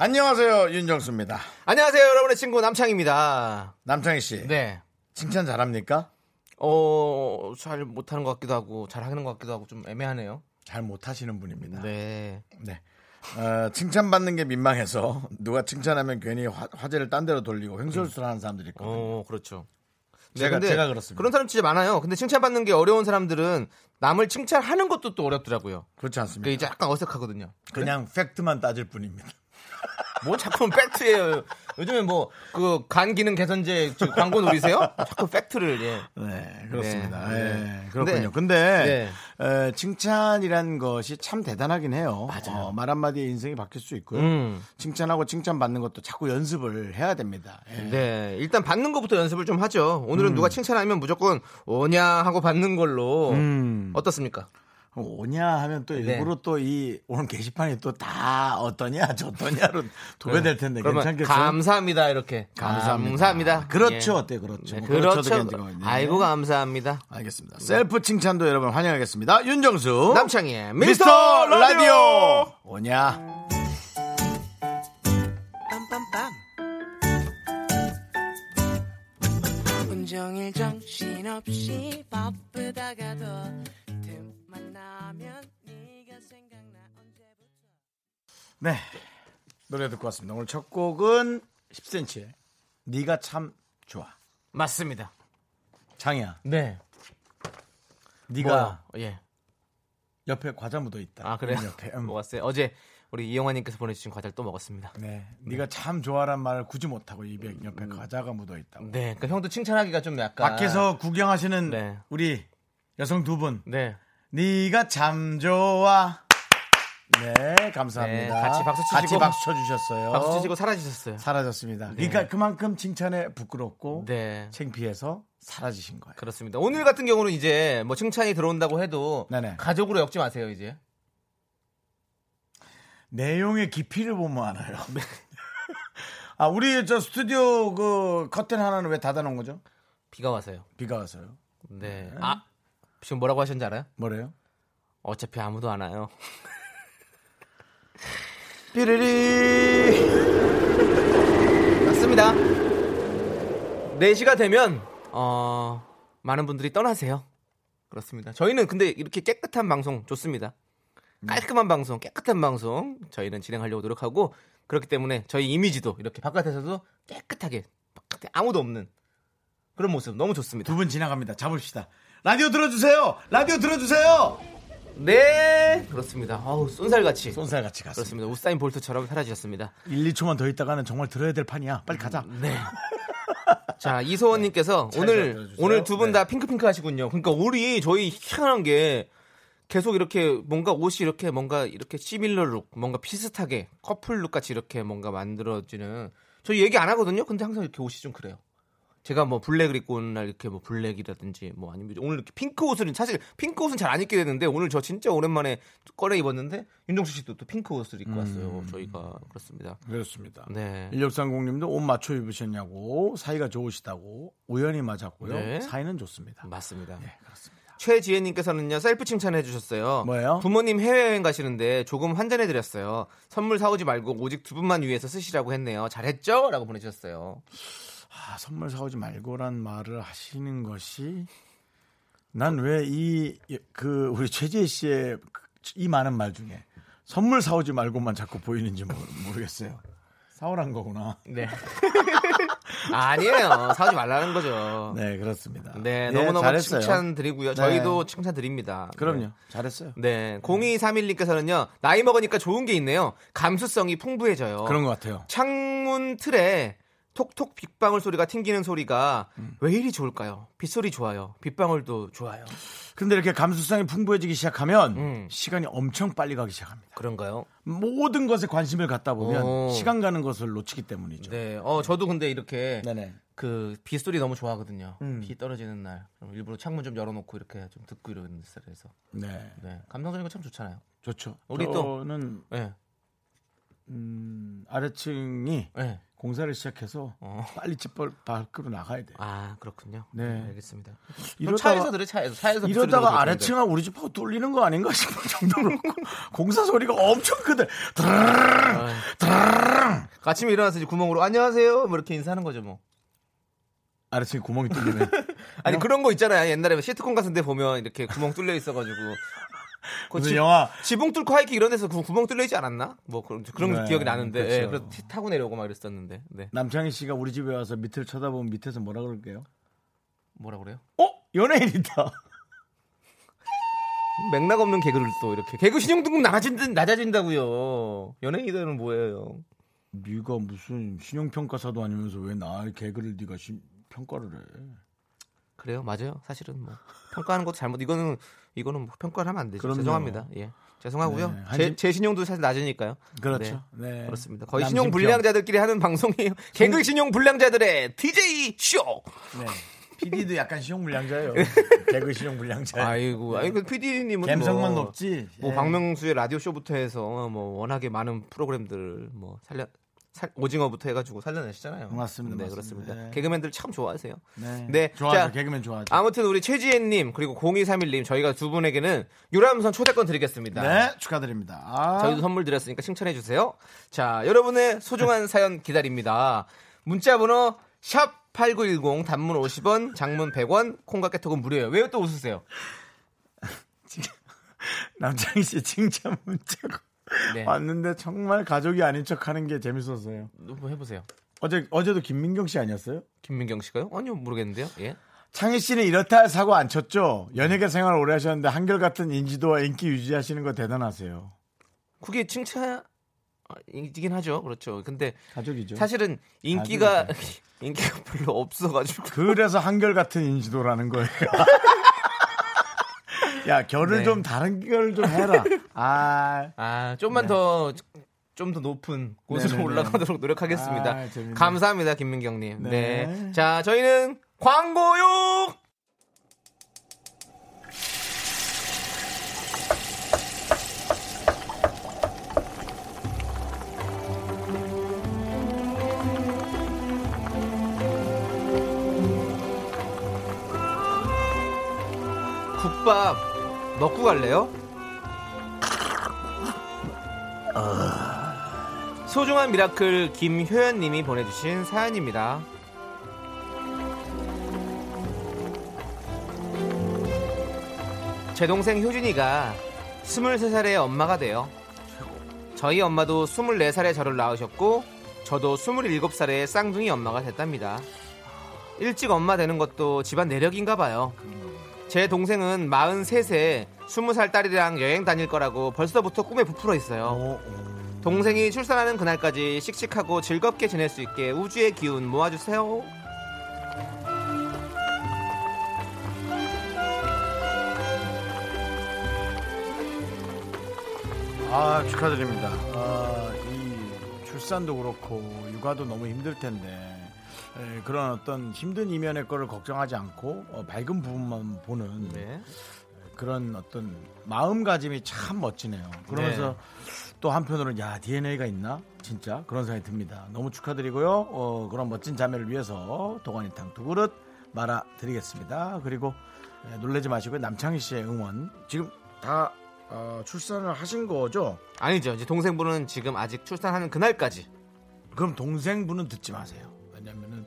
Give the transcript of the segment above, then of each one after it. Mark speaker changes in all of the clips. Speaker 1: 안녕하세요 윤정수입니다.
Speaker 2: 안녕하세요, 여러분의 친구 남창입니다.
Speaker 1: 남창희 씨
Speaker 2: 네.
Speaker 1: 칭찬 잘합니까?
Speaker 2: 어, 잘 못하는 것 같기도 하고, 잘 하는 것 같기도 하고, 좀 애매하네요.
Speaker 1: 잘 못하시는 분입니다. 네.
Speaker 2: 네.
Speaker 1: 어, 칭찬받는 게 민망해서 누가 칭찬하면 괜히 화, 화제를 딴 데로 돌리고 횡설수설하는 사람들이 있거든요.
Speaker 2: 어, 그렇죠. 네,
Speaker 1: 제가
Speaker 2: 근데
Speaker 1: 제가 그렇습니다.
Speaker 2: 그런 사람 진짜 많아요. 근데 칭찬받는 게 어려운 사람들은 남을 칭찬하는 것도 또 어렵더라고요.
Speaker 1: 그렇지
Speaker 2: 그게
Speaker 1: 않습니까?
Speaker 2: 이제 약간 어색하거든요.
Speaker 1: 그냥 팩트만 따질 뿐입니다.
Speaker 2: 뭐 자꾸 팩트예요. 요즘에 뭐, 그, 간 기능 개선제 저 광고 노리세요? 자꾸 팩트를, 예.
Speaker 1: 네, 그렇습니다.
Speaker 2: 네,
Speaker 1: 예,
Speaker 2: 네.
Speaker 1: 그렇군요. 근데, 에, 칭찬이라는 것이 참 대단하긴 해요. 맞아요. 말 한마디에 인생이 바뀔 수 있고요.
Speaker 2: 음.
Speaker 1: 칭찬하고 칭찬받는 것도 자꾸 연습을 해야 됩니다. 예.
Speaker 2: 네, 일단 받는 것부터 연습을 좀 하죠. 오늘은 누가 칭찬하면 무조건 오냐 하고 받는 걸로
Speaker 1: 음.
Speaker 2: 어떻습니까?
Speaker 1: 그럼 오냐 하면
Speaker 2: 네.
Speaker 1: 또 일부러 또 이 오늘 게시판이 또 다 어떠냐 저떠냐로 도배될 텐데
Speaker 2: 그러면
Speaker 1: 네, 괜찮겠어요?
Speaker 2: 감사합니다 이렇게
Speaker 1: 감사합니다.
Speaker 2: 감사합니다.
Speaker 1: 그렇죠.
Speaker 2: 예.
Speaker 1: 어때요? 그렇죠.
Speaker 2: 네,
Speaker 1: 뭐 그렇죠.
Speaker 2: 그렇죠. 아이고 감사합니다.
Speaker 1: 알겠습니다. 셀프 칭찬도 여러분 환영하겠습니다. 윤정수
Speaker 2: 남창희의
Speaker 1: 미스터
Speaker 2: 미스터
Speaker 1: 라디오 오냐
Speaker 3: 빰빰빰 온종일 정신없이 바쁘다가도 틈만 나면 네가 생각나 언제부터
Speaker 1: 네 노래 듣고 왔습니다. 오늘 첫 곡은 10cm의 네가 참 좋아
Speaker 2: 맞습니다.
Speaker 1: 장이야
Speaker 2: 네.
Speaker 1: 네가
Speaker 2: 뭐, 예.
Speaker 1: 옆에 과자 묻어 있다.
Speaker 2: 아 그래요.
Speaker 1: 옆에 음.
Speaker 2: 먹었어요. 어제 우리 이영환님께서 보내주신 과자를 또 먹었습니다.
Speaker 1: 네 네가 참 좋아란 말을 굳이 못하고 입에 옆에
Speaker 2: 음.
Speaker 1: 과자가 묻어 있다. 고
Speaker 2: 네, 그러니까 형도 칭찬하기가 좀 약간
Speaker 1: 밖에서 구경하시는
Speaker 2: 네.
Speaker 1: 우리 여성 두 분.
Speaker 2: 네.
Speaker 1: 네가 참 좋아. 네, 감사합니다.
Speaker 2: 네, 같이 박수 치시고.
Speaker 1: 같이 박수 쳐주셨어요.
Speaker 2: 박수 치시고 사라지셨어요.
Speaker 1: 사라졌습니다. 그러니까 그만큼 칭찬에 부끄럽고
Speaker 2: 네.
Speaker 1: 창피해서 사라지신 거예요.
Speaker 2: 그렇습니다. 오늘 같은 경우는 이제 뭐 칭찬이 들어온다고 해도
Speaker 1: 네네.
Speaker 2: 가족으로 엮지 마세요 이제.
Speaker 1: 내용의 깊이를 보면 알아요.
Speaker 2: 네.
Speaker 1: 아, 우리 저 스튜디오 그 커튼 하나는 왜 닫아놓은 거죠?
Speaker 2: 비가 와서요.
Speaker 1: 비가 와서요.
Speaker 2: 네. 아 지금 뭐라고 하셨는지 알아요?
Speaker 1: 뭐래요?
Speaker 2: 어차피 아무도 안 와요.
Speaker 1: 삐리리.
Speaker 2: 맞습니다. 4시가 되면 어, 많은 분들이 떠나세요. 그렇습니다. 저희는 근데 이렇게 깨끗한 방송 좋습니다. 깔끔한 방송, 깨끗한 방송 저희는 진행하려고 노력하고 그렇기 때문에 저희 이미지도 이렇게 바깥에서도 깨끗하게 바깥에 아무도 없는 그런 모습 너무 좋습니다.
Speaker 1: 두 분 지나갑니다. 잡읍시다. 라디오 들어주세요. 라디오 들어주세요.
Speaker 2: 네 그렇습니다. 어우 쏜살같이
Speaker 1: 손살같이 갔습니다.
Speaker 2: 그렇습니다. 우사인 볼트처럼 사라지셨습니다.
Speaker 1: 1, 2초만 더 있다가는 정말 들어야 될 판이야. 빨리 가자.
Speaker 2: 네. 자 이소원님께서
Speaker 1: 네. 잘
Speaker 2: 오늘
Speaker 1: 들어주세요.
Speaker 2: 오늘 두 분 다
Speaker 1: 네.
Speaker 2: 핑크핑크 하시군요. 그러니까 우리 저희 희한한 게 계속 이렇게 뭔가 옷이 이렇게 뭔가 이렇게 시밀러 룩, 뭔가 비슷하게 커플 룩 같이 이렇게 뭔가 만들어지는 저희 얘기 안 하거든요. 근데 항상 이렇게 옷이 좀 그래요. 제가 뭐 블랙을 입고 오는 날 이렇게 뭐 블랙이라든지 뭐 아니면 오늘 이렇게 핑크 옷을 사실 핑크 옷은 잘 안 입게 되는데 오늘 저 진짜 오랜만에 꺼내 입었는데 윤종수 씨도 또 핑크 옷을
Speaker 1: 음.
Speaker 2: 입고 왔어요. 저희가 그렇습니다.
Speaker 1: 그렇습니다.
Speaker 2: 네.
Speaker 1: 1630님도 옷 맞춰 입으셨냐고 사이가 좋으시다고 우연히 맞았고요.
Speaker 2: 네.
Speaker 1: 사이는 좋습니다.
Speaker 2: 맞습니다.
Speaker 1: 네, 그렇습니다.
Speaker 2: 최지혜님께서는요 셀프 칭찬해 주셨어요.
Speaker 1: 뭐예요?
Speaker 2: 부모님 해외여행 가시는데 조금 환전해 드렸어요. 선물 사오지 말고 오직 두 분만 위해서 쓰시라고 했네요. 잘했죠?라고 보내주셨어요.
Speaker 1: 아, 선물 사오지 말고란 말을 하시는 것이 난 왜 이 그 우리 최재희 씨의 그이 많은 말 중에 선물 사오지 말고만 자꾸 보이는지 모르, 모르겠어요. 사오란 거구나.
Speaker 2: 네. 아니에요. 사오지 말라는 거죠. 네.
Speaker 1: 네, 그렇습니다.
Speaker 2: 너무너무
Speaker 1: 잘했어요. 네.
Speaker 2: 칭찬 드리고요. 저희도 칭찬 드립니다.
Speaker 1: 그럼요.
Speaker 2: 네.
Speaker 1: 잘했어요.
Speaker 2: 네. 0231님께서는요. 나이 먹으니까 좋은 게 있네요. 감수성이 풍부해져요.
Speaker 1: 그런 것 같아요.
Speaker 2: 창문 틀에 톡톡 음. 빗방울 소리가 튕기는 소리가 왜 이리 좋을까요? 빗소리 좋아요. 빗방울도 좋아요.
Speaker 1: 근데 이렇게 감수성이 풍부해지기 시작하면
Speaker 2: 음.
Speaker 1: 시간이 엄청 빨리 가기 시작합니다.
Speaker 2: 그런가요?
Speaker 1: 모든 것에 관심을 갖다 보면
Speaker 2: 오.
Speaker 1: 시간 가는 것을 놓치기 때문이죠.
Speaker 2: 어. 네. 어 저도 근데 이렇게
Speaker 1: 네네.
Speaker 2: 그 빗소리 너무 좋아하거든요. 비 떨어지는 날 그럼 일부러 창문 좀 열어놓고 이렇게 좀 듣고 이러는 스타일에서
Speaker 1: 네.
Speaker 2: 네 감성적인 거 참 좋잖아요.
Speaker 1: 좋죠. 어.
Speaker 2: 우리 또-
Speaker 1: 저는
Speaker 2: 네.
Speaker 1: 음, 아래층이
Speaker 2: 네.
Speaker 1: 공사를 시작해서
Speaker 2: 어.
Speaker 1: 빨리 집 벌- 밖으로 나가야 돼요.
Speaker 2: 아 그렇군요.
Speaker 1: 네.
Speaker 2: 알겠습니다. 그럼 차에서
Speaker 1: 이러다가,
Speaker 2: 들어 차에서 차에서 빗소리 너무
Speaker 1: 이러다가
Speaker 2: 좋던데.
Speaker 1: 아래층하 우리 집 하고 뚫리는 거 아닌가 싶을 정도로 공사 소리가 엄청 크대. 드르르르.
Speaker 2: 아침에 일어나서 이제 구멍으로 안녕하세요 뭐 이렇게 인사하는 거죠 뭐.
Speaker 1: 아래층에 구멍이 뚫리네.
Speaker 2: 아니 그런 거 있잖아요. 옛날에 시트콤 같은데 보면 이렇게 구멍 뚫려 있어가지고. 그
Speaker 1: 무슨
Speaker 2: 지-
Speaker 1: 영화
Speaker 2: 지붕 뚫고 하이킹 이런 데서 구- 구멍 뚫려 있지 않았나? 뭐 그런 그런
Speaker 1: 네,
Speaker 2: 기억이 나는데 그
Speaker 1: 그쵸.
Speaker 2: 예, 그래서 티 타고 내려오고 막 이랬었는데 네
Speaker 1: 남창희 씨가 우리 집에 와서 밑을 쳐다보면 밑에서 뭐라 그럴게요?
Speaker 2: 뭐라 그래요?
Speaker 1: 어? 연예인이다.
Speaker 2: 맥락 없는 개그를 또 이렇게 개그 신용등급 낮아진, 낮아진다고요. 연예인이다는 뭐예요?
Speaker 1: 네가 무슨 신용평가사도 아니면서 왜 나 개그를 네가 신- 평가를 해?
Speaker 2: 그래요, 맞아요. 사실은 뭐 평가하는 것도 잘못. 이거는 이거는 뭐 평가를 하면 안 되죠.
Speaker 1: 그럼요.
Speaker 2: 죄송합니다. 예, 죄송하고요.
Speaker 1: 네,
Speaker 2: 제,
Speaker 1: 한심-
Speaker 2: 제 신용도 사실 낮으니까요.
Speaker 1: 그렇죠. 네.
Speaker 2: 그렇습니다. 거의
Speaker 1: 남진평.
Speaker 2: 신용 불량자들끼리 하는 방송이에요. 개그 신용 불량자들의 DJ 쇼.
Speaker 1: 네. PD도 약간 신용불량자예요. 개그 신용불량자.
Speaker 2: 네. 아이고, 아니 그 PD님은
Speaker 1: 감성만
Speaker 2: 뭐,
Speaker 1: 네. 높지.
Speaker 2: 뭐
Speaker 1: 예.
Speaker 2: 박명수의 라디오 쇼부터 해서 뭐 워낙에 많은 프로그램들 뭐 살려 살- 오징어부터 해가지고 살려내시잖아요.
Speaker 1: 맞습니다,
Speaker 2: 네,
Speaker 1: 맞습니다.
Speaker 2: 그렇습니다.
Speaker 1: 네.
Speaker 2: 개그맨들 참 좋아하세요.
Speaker 1: 네.
Speaker 2: 네,
Speaker 1: 좋아하죠.
Speaker 2: 자,
Speaker 1: 개그맨 좋아하죠.
Speaker 2: 아무튼 우리 최지혜님 그리고 0231님 저희가 두 분에게는 유람선 초대권 드리겠습니다.
Speaker 1: 네, 축하드립니다. 아,
Speaker 2: 저희도 선물 드렸으니까 칭찬해 주세요. 자, 여러분의 소중한 사연 기다립니다. 문자 번호 샵 8910 단문 50원, 장문 100원, 콩깍개톡은 무료예요. 왜 또 웃으세요?
Speaker 1: 남창희 씨 칭찬 문자가
Speaker 2: 네.
Speaker 1: 왔는데 정말 가족이 아닌 척하는 게 재밌었어요.
Speaker 2: 한번 뭐 해 보세요.
Speaker 1: 어제 어제도 김민경 씨 아니었어요?
Speaker 2: 김민경 씨가요? 아니요, 모르겠는데요. 예.
Speaker 1: 창희 씨는 이렇다 할 사고 안 쳤죠. 연예계 생활 오래 하셨는데 한결같은 인지도와 인기 유지하시는 거 대단하세요.
Speaker 2: 그게 칭찬이긴 하죠. 그렇죠. 근데
Speaker 1: 가족이죠.
Speaker 2: 사실은 인기가 인기가 별로 없어 가지고
Speaker 1: 그래서 한결같은 인지도라는 거예요. 야, 결을
Speaker 2: 네.
Speaker 1: 좀 다른 결을 좀 해라. 아,
Speaker 2: 아, 좀만 더, 좀 더 높은 곳으로
Speaker 1: 네네네.
Speaker 2: 올라가도록 노력하겠습니다.
Speaker 1: 아, 재밌네.
Speaker 2: 감사합니다, 김민경님. 네.
Speaker 1: 네.
Speaker 2: 자, 저희는 광고요! 국밥 먹고 갈래요? 소중한 미라클 김효연님이 보내주신 사연입니다. 제 동생 효진이가 23살에 엄마가 돼요. 저희 엄마도 24살에 저를 낳으셨고 저도 27살에 쌍둥이 엄마가 됐답니다. 일찍 엄마 되는 것도 집안 내력인가 봐요. 제 동생은 43세에 20살 딸이랑 여행 다닐 거라고 벌써부터 꿈에 부풀어 있어요. 동생이 출산하는 그날까지 씩씩하고 즐겁게 지낼 수 있게 우주의 기운 모아주세요.
Speaker 1: 아 축하드립니다. 아, 이 출산도 그렇고 육아도 너무 힘들 텐데 에, 그런 어떤 힘든 이면의 거를 걱정하지 않고 어, 밝은 부분만 보는
Speaker 2: 네.
Speaker 1: 그런 어떤 마음가짐이 참 멋지네요. 그러면서 또 한편으로는 야 DNA가 있나 진짜 그런 생각이 듭니다. 너무 축하드리고요. 어, 그런 멋진 자매를 위해서 도가니탕 두 그릇 말아 드리겠습니다. 그리고 에, 놀라지 마시고 남창희 씨의 응원 지금 다 어, 출산을 하신 거죠?
Speaker 2: 아니죠. 이제 동생분은 지금 아직 출산하는 그날까지
Speaker 1: 그럼 동생분은 듣지 마세요. 왜냐면은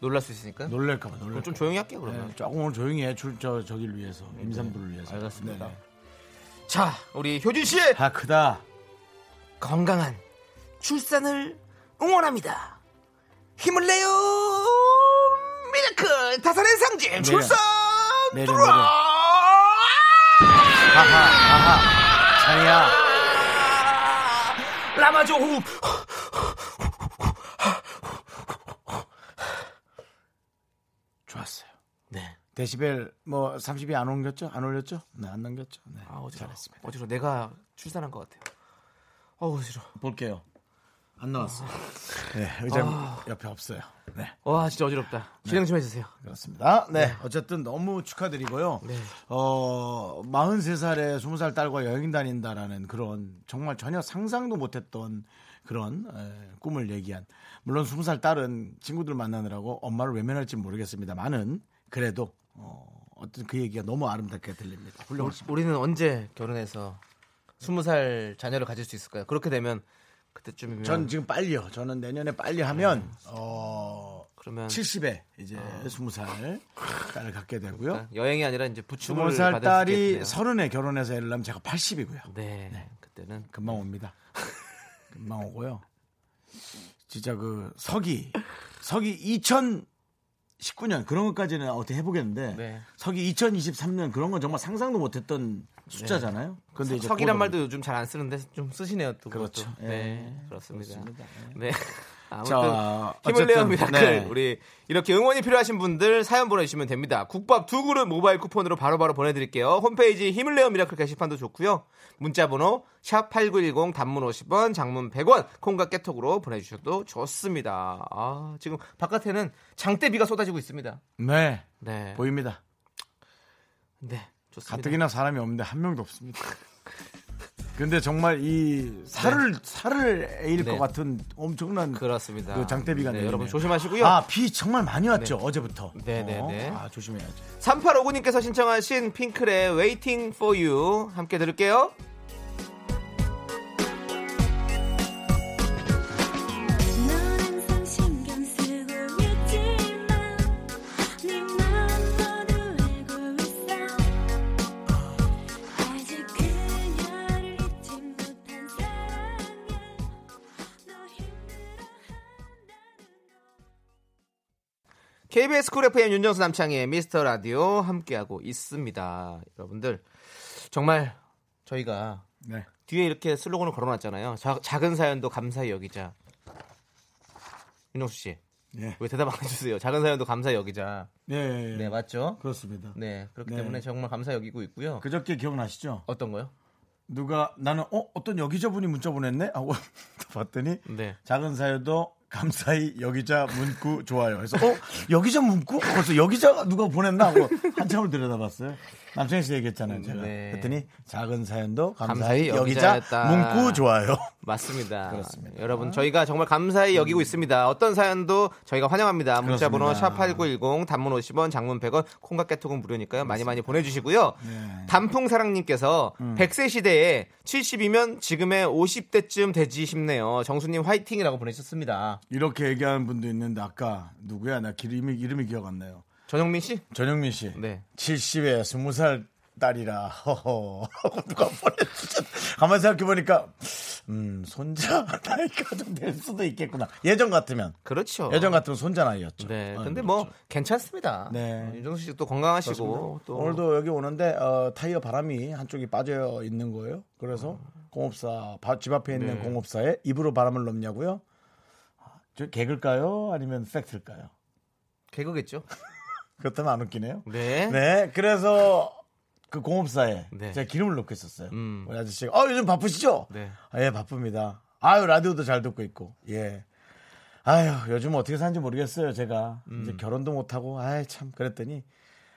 Speaker 2: 놀랄 수 있으니까.
Speaker 1: 놀랄까봐 놀랄.
Speaker 2: 그럼 좀 조용히 할게요, 그러면. 네,
Speaker 1: 네, 조금 오늘 조용히 해. 출저 저길 위해서 임산부를 위해서.
Speaker 2: 알겠습니다.
Speaker 1: 네.
Speaker 2: 자, 우리 효진 씨의
Speaker 1: 다 크다.
Speaker 2: 건강한 출산을 응원합니다. 힘을 내요! 미라클! 다산의 상징! 출산!
Speaker 1: 내려,
Speaker 2: 들어와!
Speaker 1: 하하 하하. 창희야.
Speaker 2: 라마조 호흡!
Speaker 1: 좋았어요.
Speaker 2: 네.
Speaker 1: 데시벨 뭐 30이 안 옮겼죠? 안 올렸죠? 네, 안 넘겼죠. 네.
Speaker 2: 아 어지러.
Speaker 1: 잘했습니다.
Speaker 2: 어지러. 내가 출산한 것 같아요. 어 어지러.
Speaker 1: 볼게요. 안 나왔어요. 네, 의자 옆에 없어요. 네.
Speaker 2: 와 진짜 어지럽다. 진행 좀 해주세요.
Speaker 1: 그렇습니다. 네. 어쨌든 너무 축하드리고요.
Speaker 2: 네.
Speaker 1: 어, 43살에 20살 딸과 여행 다닌다라는 그런 정말 전혀 상상도 못했던 그런 에, 꿈을 얘기한 물론 20살 딸은 친구들 만나느라고 엄마를 외면할지 모르겠습니다만은 그래도 어, 어떤 그 얘기가 너무 아름답게 들립니다. 훌륭하십니다.
Speaker 2: 우리는 언제 결혼해서 스무 살 자녀를 가질 수 있을까요? 그렇게 되면 그때쯤이면
Speaker 1: 전 지금 빨리요. 저는 내년에 빨리 하면 어,
Speaker 2: 그러면 아.
Speaker 1: 70에 이제 20살 딸을 갖게 되고요.
Speaker 2: 여행이 아니라 이제 부축을
Speaker 1: 20살
Speaker 2: 받을 수
Speaker 1: 딸이
Speaker 2: 있겠네요.
Speaker 1: 서른에 결혼해서 애를 낳으면 제가 80이고요.
Speaker 2: 네, 그때는
Speaker 1: 금방 옵니다. 금방 오고요. 진짜 그 서기 서기 2019년 그런 것까지는 어떻게 해보겠는데
Speaker 2: 네.
Speaker 1: 서기 2023년 그런 건 정말 상상도 못했던 숫자잖아요. 근데 이제 보다
Speaker 2: 석이란 네. 말도 요즘 잘 안 쓰는데 좀 쓰시네요 또
Speaker 1: 그렇죠.
Speaker 2: 그것도.
Speaker 1: 예,
Speaker 2: 네, 그렇습니다. 네.
Speaker 1: 자,
Speaker 2: 아무튼 힘을 내요
Speaker 1: 어쨌든,
Speaker 2: 미라클
Speaker 1: 네.
Speaker 2: 우리 이렇게 응원이 필요하신 분들 사연 보내주시면 됩니다. 국밥 두 그릇 모바일 쿠폰으로 바로바로 보내드릴게요. 홈페이지 힘을 내요 미라클 게시판도 좋고요. 문자번호 샵 #8910 단문 50원, 장문 100원 콩과 깨톡으로 보내주셔도 좋습니다. 아 지금 바깥에는 장대비가 쏟아지고 있습니다.
Speaker 1: 네,
Speaker 2: 네,
Speaker 1: 보입니다.
Speaker 2: 네 좋습니다.
Speaker 1: 가뜩이나 사람이 없는데 한 명도 없습니다. 근데 정말 이 살을 살을 에일
Speaker 2: 네.
Speaker 1: 것 같은 엄청난
Speaker 2: 그렇습니다.
Speaker 1: 그 장대비가
Speaker 2: 네,
Speaker 1: 내리네요.
Speaker 2: 여러분 조심하시고요.
Speaker 1: 아, 비 정말 많이 왔죠, 어제부터.
Speaker 2: 네, 네,
Speaker 1: 어,
Speaker 2: 네.
Speaker 1: 아, 조심해야죠.
Speaker 2: 3859님께서 신청하신 핑클의 Waiting for You 함께 들을게요.
Speaker 4: 넌 항상 신경 쓰고 있지만 네 마음 모두 알고 있어 아직 그녀를 잊지 못한 사랑이야 너 힘들어한다는 걸
Speaker 2: KBS 쿨 FM 윤정수 남창희의 미스터 라디오 함께하고 있습니다. 여러분들 정말 저희가
Speaker 1: 네.
Speaker 2: 뒤에 이렇게 슬로건을 걸어놨잖아요. 자- 작은 사연도 감사히 여기자. 윤정수 씨,
Speaker 1: 예.
Speaker 2: 왜 대답 안 해주세요? 작은 사연도 감사히 여기자.
Speaker 1: 예, 예, 예.
Speaker 2: 네, 맞죠?
Speaker 1: 그렇습니다.
Speaker 2: 네, 그렇기
Speaker 1: 네.
Speaker 2: 때문에 정말 감사 여기고 있고요.
Speaker 1: 그저께 기억나시죠?
Speaker 2: 어떤 거요?
Speaker 1: 누가 나는 어 어떤 여기저분이 문자 보냈네 하고 봤더니
Speaker 2: 네.
Speaker 1: 작은 사유도 감사히 여기자 문구 좋아요. 그래서 어 여기자 문구 벌써 여기자가 누가 보냈나 하고 한참을 들여다봤어요. 남창희 씨 얘기했잖아요. 제가
Speaker 2: 네.
Speaker 1: 그랬더니 작은 사연도
Speaker 2: 감사히
Speaker 1: 감사히, 여기자
Speaker 2: 여기자였다.
Speaker 1: 문구 좋아요.
Speaker 2: 맞습니다.
Speaker 1: 그렇습니다. 음.
Speaker 2: 여러분 저희가 정말 감사히 여기고 있습니다. 어떤 사연도 저희가 환영합니다. 문자번호
Speaker 1: 그렇습니다.
Speaker 2: 샵8910 단문 50원 장문 100원 콩과 깨톡은 무료니까요. 많이 많이 보내주시고요.
Speaker 1: 네. 음.
Speaker 2: 단풍사랑님께서 100세 시대에 70이면 지금의 50대쯤 되지 싶네요. 정수님 화이팅이라고 보내셨습니다.
Speaker 1: 이렇게 얘기하는 분도 있는데 아까 누구야 나 기- 이름이 이름이 기억 안 나요.
Speaker 2: 전영민 씨?
Speaker 1: 전영민 씨.
Speaker 2: 네.
Speaker 1: 70에 20살 딸이라 허허 하고 누가 보내주셨 가만 생각해 보니까 음 손자 나이가 좀 될 수도 있겠구나 예전 같으면
Speaker 2: 그렇죠.
Speaker 1: 예전 같으면 손자 나이였죠
Speaker 2: 네.
Speaker 1: 어,
Speaker 2: 근데
Speaker 1: 그렇죠.
Speaker 2: 뭐 괜찮습니다.
Speaker 1: 네.
Speaker 2: 어, 윤정수 씨도 건강하시고
Speaker 1: 그렇습니다.
Speaker 2: 또
Speaker 1: 오늘도 여기 오는데 어, 타이어 바람이 한쪽이 빠져 있는 거예요 그래서 공업사 바- 집 앞에 있는
Speaker 2: 네.
Speaker 1: 공업사에 입으로 바람을 넣냐고요 아, 저 개그일까요 아니면 팩트일까요
Speaker 2: 개그겠죠.
Speaker 1: 그렇다면 안 웃기네요
Speaker 2: 네.
Speaker 1: 네, 그래서 그 공업사에
Speaker 2: 네.
Speaker 1: 제가 기름을 넣고 있었어요.
Speaker 2: 음.
Speaker 1: 우리 아저씨가 어 요즘 바쁘시죠?
Speaker 2: 네.
Speaker 1: 아, 예, 바쁩니다. 아유 라디오도 잘 듣고 있고 예. 아유 요즘 어떻게 사는지 모르겠어요. 제가 이제 결혼도 못 하고 아이 참 그랬더니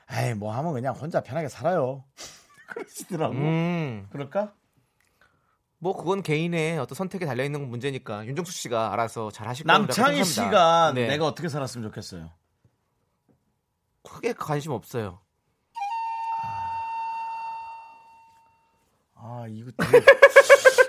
Speaker 1: 아이 뭐 하면 그냥 혼자 편하게 살아요. 그러시더라고.
Speaker 2: 음.
Speaker 1: 그럴까?
Speaker 2: 뭐 그건 개인의 어떤 선택에 달려 있는 문제니까 윤정수 씨가 알아서 잘 하실 거라고
Speaker 1: 남창희
Speaker 2: 생각합니다.
Speaker 1: 씨가
Speaker 2: 네.
Speaker 1: 내가 어떻게 살았으면 좋겠어요.
Speaker 2: 크게 관심 없어요.
Speaker 1: 아 이거 되게,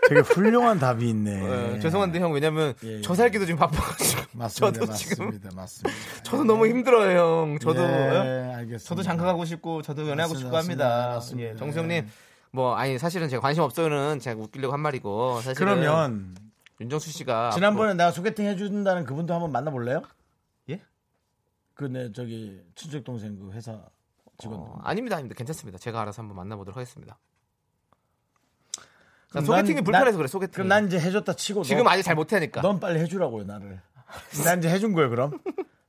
Speaker 1: 되게 훌륭한 답이 있네.
Speaker 2: 어, 죄송한데 형 왜냐면
Speaker 1: 예, 예.
Speaker 2: 저 살기도 지금 바빠가지고
Speaker 1: 맞습니다,
Speaker 2: 저도 지금
Speaker 1: 맞습니다, 맞습니다.
Speaker 2: 저도 너무 힘들어요 형. 저도
Speaker 1: 예, 알겠습니다.
Speaker 2: 저도 장가 가고 싶고 저도 연애하고
Speaker 1: 맞습니다,
Speaker 2: 싶고 합니다.
Speaker 1: 맞습니다,
Speaker 2: 예,
Speaker 1: 맞습니다.
Speaker 2: 정수 형님 뭐 아니 사실은 제가 관심 없어요는 제가 웃기려고 한 말이고 사실은
Speaker 1: 그러면
Speaker 2: 윤정수 씨가
Speaker 1: 지난번에 내가 소개팅 해준다는 그분도 한번 만나볼래요?
Speaker 2: 예?
Speaker 1: 그내 네, 저기 친척 동생 그 회사 직원.
Speaker 2: 앞으로- 어, 아닙니다 아닙니다 괜찮습니다. 제가 알아서 한번 만나보도록 하겠습니다. 나
Speaker 1: 그럼
Speaker 2: 소개팅이
Speaker 1: 난-
Speaker 2: 불편해서
Speaker 1: 난-
Speaker 2: 그래 소개팅.
Speaker 1: 그럼 난 이제 해줬다 치고
Speaker 2: 뭐. 지금
Speaker 1: 너,
Speaker 2: 아직 잘 못하니까.
Speaker 1: 넌 빨리 해주라고요 나를. 난 이제 해준 거예요 그럼.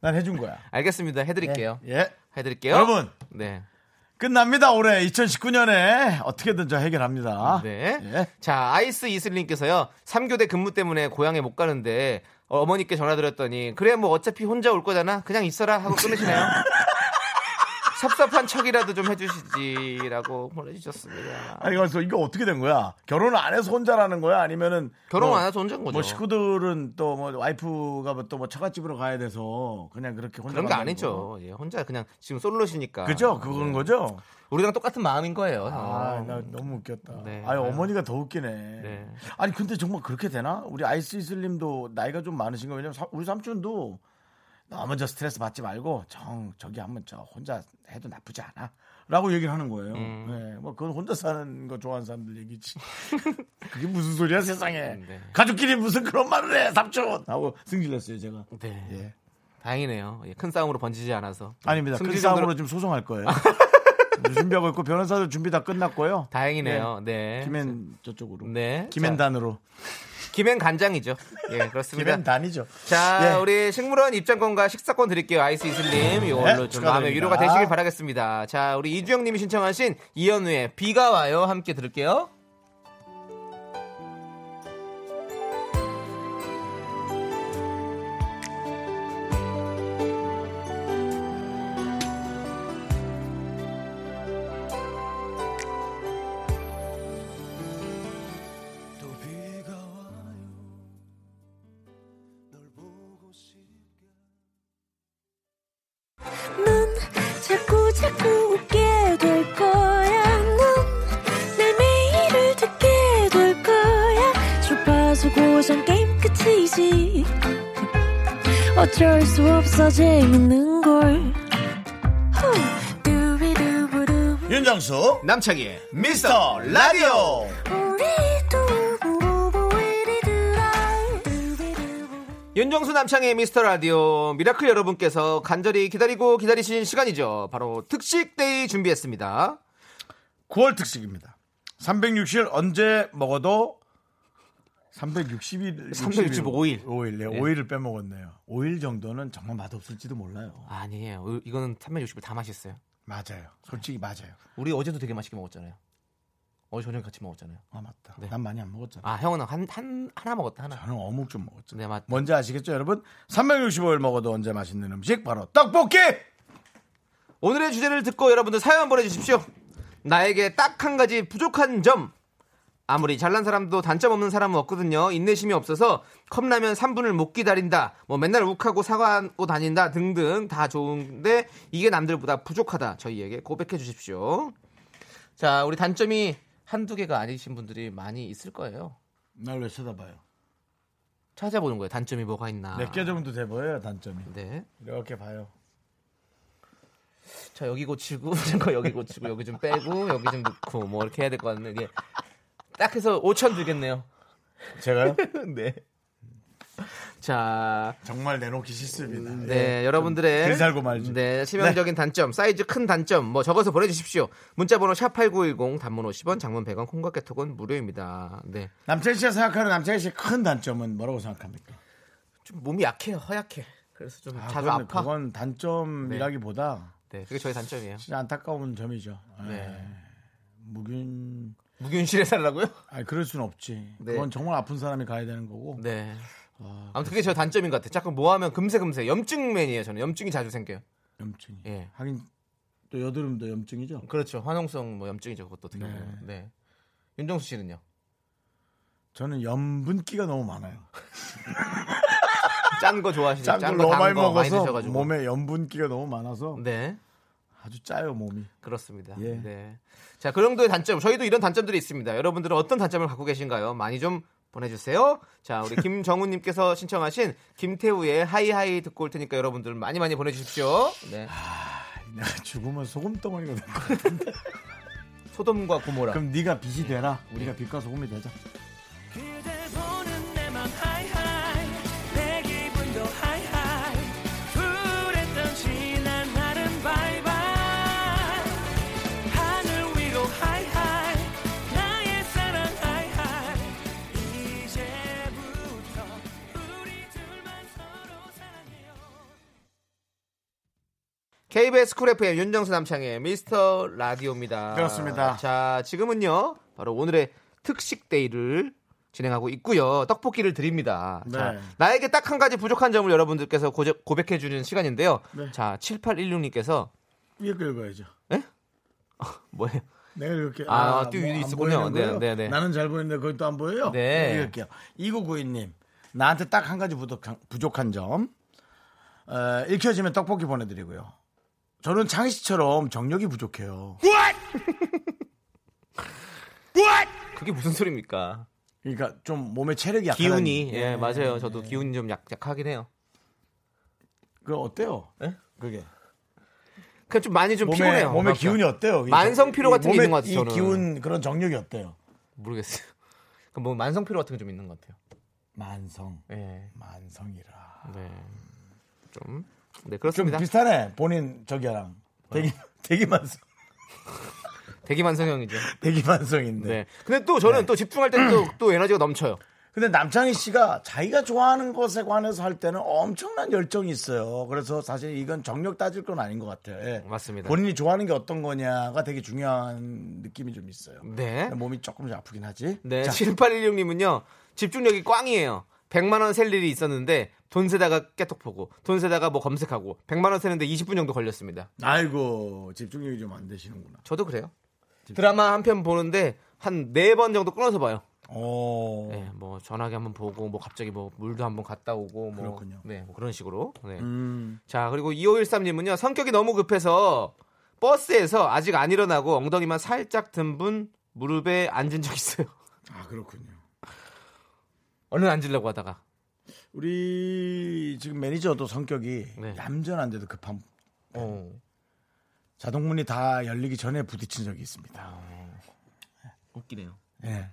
Speaker 1: 난 해준 거야.
Speaker 2: 알겠습니다. 해드릴게요.
Speaker 1: 예. 예.
Speaker 2: 해드릴게요.
Speaker 1: 여러분
Speaker 2: 네.
Speaker 1: 끝납니다 올해 2019년에 어떻게든 저 해결합니다.
Speaker 2: 네.
Speaker 1: 예.
Speaker 2: 자, 아이스 이슬님께서요. 3교대 근무 때문에 고향에 못 가는데 어머니께 전화드렸더니 그래 뭐 어차피 혼자 올 거잖아. 그냥 있어라 하고 끊으시네요. 섭섭한 척이라도 좀 해주시지라고 보내주셨습니다.
Speaker 1: 아니 그래서 이거 어떻게 된 거야? 결혼을 안 해서 혼자라는 거야? 아니면은
Speaker 2: 결혼
Speaker 1: 뭐,
Speaker 2: 안 해서 혼자인 거죠.
Speaker 1: 뭐 식구들은 또 뭐 와이프가 또 뭐 처갓집으로 가야 돼서 그냥 그렇게 혼자
Speaker 2: 그런 거
Speaker 1: 만나는
Speaker 2: 아니죠. 예, 혼자 그냥 지금 솔로시니까.
Speaker 1: 거고. 그죠? 그건
Speaker 2: 예.
Speaker 1: 거죠?
Speaker 2: 우리랑 똑같은 마음인 거예요. 어,
Speaker 1: 아,
Speaker 2: 형.
Speaker 1: 나 너무 웃겼다.
Speaker 2: 네.
Speaker 1: 아유, 어머니가 더 웃기네.
Speaker 2: 네.
Speaker 1: 아니, 근데 정말 그렇게 되나? 우리 아이스 이슬님도 나이가 좀 많으신 거, 왜냐면 삼- 우리 삼촌도 너무 저 스트레스 받지 말고, 정, 저기 한번 저 혼자 해도 나쁘지 않아. 라고 얘기를 하는 거예요.
Speaker 2: 음.
Speaker 1: 네. 뭐, 그건 혼자 사는 거 좋아하는 사람들 얘기지. 그게 무슨 소리야, 세상에.
Speaker 2: 네.
Speaker 1: 가족끼리 무슨 그런 말을 해, 삼촌! 하고 승질냈어요, 제가.
Speaker 2: 네.
Speaker 1: 예.
Speaker 2: 다행이네요. 예, 큰 싸움으로 번지지 않아서.
Speaker 1: 아닙니다. 큰
Speaker 2: 승질
Speaker 1: 싸움으로
Speaker 2: 정도로-
Speaker 1: 지금 소송할 거예요. 준비하고 있고, 변호사들 준비 다 끝났고요.
Speaker 2: 다행이네요. 네.
Speaker 1: 김엔 저쪽으로.
Speaker 2: 네.
Speaker 1: 김앤단으로.
Speaker 2: 김엔 간장이죠. 예, 그렇습니다.
Speaker 1: 김앤단이죠.
Speaker 2: 자,
Speaker 1: 예.
Speaker 2: 우리 식물원 입장권과 식사권 드릴게요. 아이스 이슬님. 이걸로 좀
Speaker 1: 축하드립니다.
Speaker 2: 마음의 위로가 되시길 바라겠습니다. 자, 우리 이주영님이 신청하신 이현우의 비가 와요. 함께 들을게요.
Speaker 4: 넌 자꾸 자꾸 웃게 될 거야. 넌내 매일을 듣게 될 거야. 주파수 고정 게임 끝이지. 어쩔 수 없어 재밌는 걸. 후. 두비두부두.
Speaker 1: 윤정수
Speaker 2: 남창희의
Speaker 1: 미스터 라디오
Speaker 4: 우리 두부부부 우리 두라. 두비두부부.
Speaker 2: 윤정수 남창의 미스터 라디오 미라클 여러분께서 간절히 기다리고 기다리신 시간이죠. 바로 특식데이 준비했습니다.
Speaker 1: 9월 특식입니다 360일 언제 먹어도 360일
Speaker 2: 365일.
Speaker 1: 5일 네, 5일을 빼먹었네요 5일 정도는 정말 맛없을지도 몰라요
Speaker 2: 아니에요. 이거는 360일 다 맛있어요.
Speaker 1: 맞아요 솔직히 맞아요
Speaker 2: 우리 어제도 되게 맛있게 먹었잖아요. 어제 저녁 같이 먹었잖아요.
Speaker 1: 아 맞다
Speaker 2: 네.
Speaker 1: 난 많이 안 먹었잖아
Speaker 2: 아, 형은 한, 한, 하나 먹었다, 하나.
Speaker 1: 저는 어묵 좀 먹었죠
Speaker 2: 네, 맞.
Speaker 1: 뭔지 아시겠죠 여러분 365일 먹어도 언제 맛있는 음식 바로 떡볶이
Speaker 2: 오늘의 주제를 듣고 여러분들 사연 보내주십시오. 나에게 딱 한 가지 부족한 점. 아무리 잘난 사람도 단점 없는 사람은 없거든요. 인내심이 없어서 컵라면 3분을 못 기다린다. 뭐 맨날 욱하고 사과하고 다닌다 등등 다 좋은데 이게 남들보다 부족하다. 저희에게 고백해 주십시오. 자, 우리 단점이 한두 개가 아니신 분들이 많이 있을 거예요.
Speaker 1: 날 왜 쳐다봐요
Speaker 2: 찾아보는 거예요. 단점이 뭐가 있나.
Speaker 1: 몇 개 정도 돼 보여요 단점이
Speaker 2: 네.
Speaker 1: 이렇게 봐요
Speaker 2: 자 여기 고치고 저거 여기 고치고 여기 좀 빼고 여기 좀 넣고 뭐 이렇게 해야 될 것 같은데 이게 딱 해서 5천 들겠네요.
Speaker 1: 제가요?
Speaker 2: 네. 자,
Speaker 1: 정말 내놓기 싫습니다
Speaker 2: 네 여러분들의
Speaker 1: 길 살고 말죠.
Speaker 2: 네 치명적인 단점, 사이즈 큰 단점 뭐 적어서 보내주십시오. 문자번호 샵 #8910 단문 50원, 장문 100원, 콩과 개톡은 무료입니다. 네,
Speaker 1: 남창희 씨가 생각하는 남창희 씨의 큰 단점은 뭐라고 생각합니까?
Speaker 2: 좀 몸이 약해요, 허약해. 그래서 좀 자주
Speaker 1: 그건,
Speaker 2: 아파.
Speaker 1: 그건 단점이라기보다
Speaker 2: 네, 그게 저의 단점이에요.
Speaker 1: 진짜 안타까운 점이죠. 예.
Speaker 2: 네.
Speaker 1: 무균
Speaker 2: 무균실에 살라고요?
Speaker 1: 아니 그럴 수는 없지.
Speaker 2: 네.
Speaker 1: 그건 정말 아픈 사람이 가야 되는 거고.
Speaker 2: 네. 아무튼 그게 저 단점인 것 같아요. 자꾸 뭐 하면 금세 금세 염증맨이에요. 저는 염증이 자주 생겨요.
Speaker 1: 염증이.
Speaker 2: 예.
Speaker 1: 하긴 또 여드름도 염증이죠.
Speaker 2: 그렇죠. 환농성 뭐 염증이죠. 그것도 어떻게 보면. 네. 윤정수 씨는요?
Speaker 1: 저는 염분기가 너무 많아요.
Speaker 2: 짠 거 좋아하시죠?
Speaker 1: 짠 걸
Speaker 2: 짠거
Speaker 1: 너무 많이
Speaker 2: 단거 많이
Speaker 1: 먹어서
Speaker 2: 드셔가지고.
Speaker 1: 몸에 염분기가 너무 많아서
Speaker 2: 네.
Speaker 1: 아주 짜요 몸이.
Speaker 2: 그렇습니다.
Speaker 1: 예.
Speaker 2: 네. 자, 그 정도의 단점. 저희도 이런 단점들이 있습니다. 여러분들은 어떤 단점을 갖고 계신가요? 많이 좀 보내주세요. 자, 우리 김정훈님께서 신청하신 김태우의 하이하이 듣고 올 테니까 여러분들 많이 많이 보내주십시오. 네.
Speaker 1: 아, 내가 죽으면 소금 덩어리가 될 거야.
Speaker 2: 소돔과 고모라.
Speaker 1: 그럼 네가 빛이 되라. 우리가 빛과 소금이 되자.
Speaker 5: 그대 보는 내 맘 하이하이 내 기분도 하이하이 푸랬던 지난 날은 바이바이 하늘 위로 하이하이 나의 사랑 하이하이 이제부터 우리 둘만 서로 사랑해요
Speaker 2: KBS 쿨 FM 윤정수 남창의 미스터 라디오입니다.
Speaker 1: 그렇습니다.
Speaker 2: 자, 지금은요. 바로 오늘의 특식 데이를 진행하고 있고요. 떡볶이를 드립니다.
Speaker 1: 네.
Speaker 2: 자, 나에게 딱 한 가지 부족한 점을 여러분들께서 고백해 주는 시간인데요.
Speaker 1: 네.
Speaker 2: 자, 7816님께서
Speaker 1: 위에 긁어야죠.
Speaker 2: 뭐예요?
Speaker 1: 내가 이렇게
Speaker 2: 아, 띄우- 있었군요. 네, 네, 네.
Speaker 1: 나는 잘 보이는데 그것도 안 보여요.
Speaker 2: 네.
Speaker 1: 이럴게요. 이구구이님 나한테 딱 한 가지 부족한, 부족한 점 어, 읽혀지면 떡볶이 보내드리고요. 저는 창희 씨처럼 정력이 부족해요.
Speaker 2: 그게 무슨 소리입니까?
Speaker 1: 그러니까 좀 몸에 체력이 약한
Speaker 2: 기운이 예,
Speaker 1: 네.
Speaker 2: 맞아요. 저도 기운이 좀 약, 약하긴 해요.
Speaker 1: 그 어때요?
Speaker 2: 예?
Speaker 1: 그게
Speaker 2: 그냥 좀 많이 좀
Speaker 1: 몸에
Speaker 2: 피곤해요. 그렇죠.
Speaker 1: 몸에 기운이 어때요? 이
Speaker 2: 만성
Speaker 1: 정-
Speaker 2: 피로
Speaker 1: 이
Speaker 2: 같은 게
Speaker 1: 몸에
Speaker 2: 있는 것 같아요,
Speaker 1: 이
Speaker 2: 저는.
Speaker 1: 기운 그런 정력이 어때요?
Speaker 2: 모르겠어요. 그뭐 만성 피로 같은 게 좀 있는 것 같아요.
Speaker 1: 만성
Speaker 2: 예.
Speaker 1: 만성이라
Speaker 2: 네. 좀. 네,
Speaker 1: 좀
Speaker 2: 그렇습니다. 네.
Speaker 1: 비슷하네 본인 저기랑 대기 대기 만성
Speaker 2: 대기 만성형이죠.
Speaker 1: 대기 만성인데.
Speaker 2: 네. 근데 또 저는 또 집중할 때
Speaker 1: 음.
Speaker 2: 또 또 에너지가 넘쳐요.
Speaker 1: 근데 남창희 씨가 자기가 좋아하는 것에 관해서 할 때는 엄청난 열정이 있어요. 그래서 사실 이건 정력 따질 건 아닌 것 같아요. 예.
Speaker 2: 맞습니다.
Speaker 1: 본인이 좋아하는 게 어떤 거냐가 되게 중요한 느낌이 좀 있어요.
Speaker 2: 네.
Speaker 1: 몸이 조금 아프긴 하지.
Speaker 2: 네.
Speaker 1: 뭐, 자,
Speaker 2: 7816님은요. 집중력이 꽝이에요. 100만 원 셀 일이 있었는데 돈 세다가 깨톡 보고 돈 세다가 뭐 검색하고 100만 원 세는데 20분 정도 걸렸습니다.
Speaker 1: 아이고 집중력이 좀 안 되시는구나.
Speaker 2: 저도 그래요. 드라마 한 편 보는데 한 네 번 정도 끊어서 봐요.
Speaker 1: 어.
Speaker 2: 네, 뭐 전화기 한번 보고 뭐 갑자기 뭐 물도 한번 갔다 오고 뭐
Speaker 1: 그렇군요.
Speaker 2: 네, 뭐 그런 식으로. 네.
Speaker 1: 음.
Speaker 2: 자, 그리고 2513님은요, 성격이 너무 급해서 버스에서 아직 안 일어나고 엉덩이만 살짝 든 분 무릎에 앉은 적 있어요.
Speaker 1: 아 그렇군요.
Speaker 2: 얼른 앉으려고 하다가.
Speaker 1: 우리 지금 매니저도 성격이
Speaker 2: 네.
Speaker 1: 얌전한데도 급한
Speaker 2: 어.
Speaker 1: 자동문이 다 열리기 전에 부딪힌 적이 있습니다.
Speaker 2: 아, 웃기네요.
Speaker 1: 예.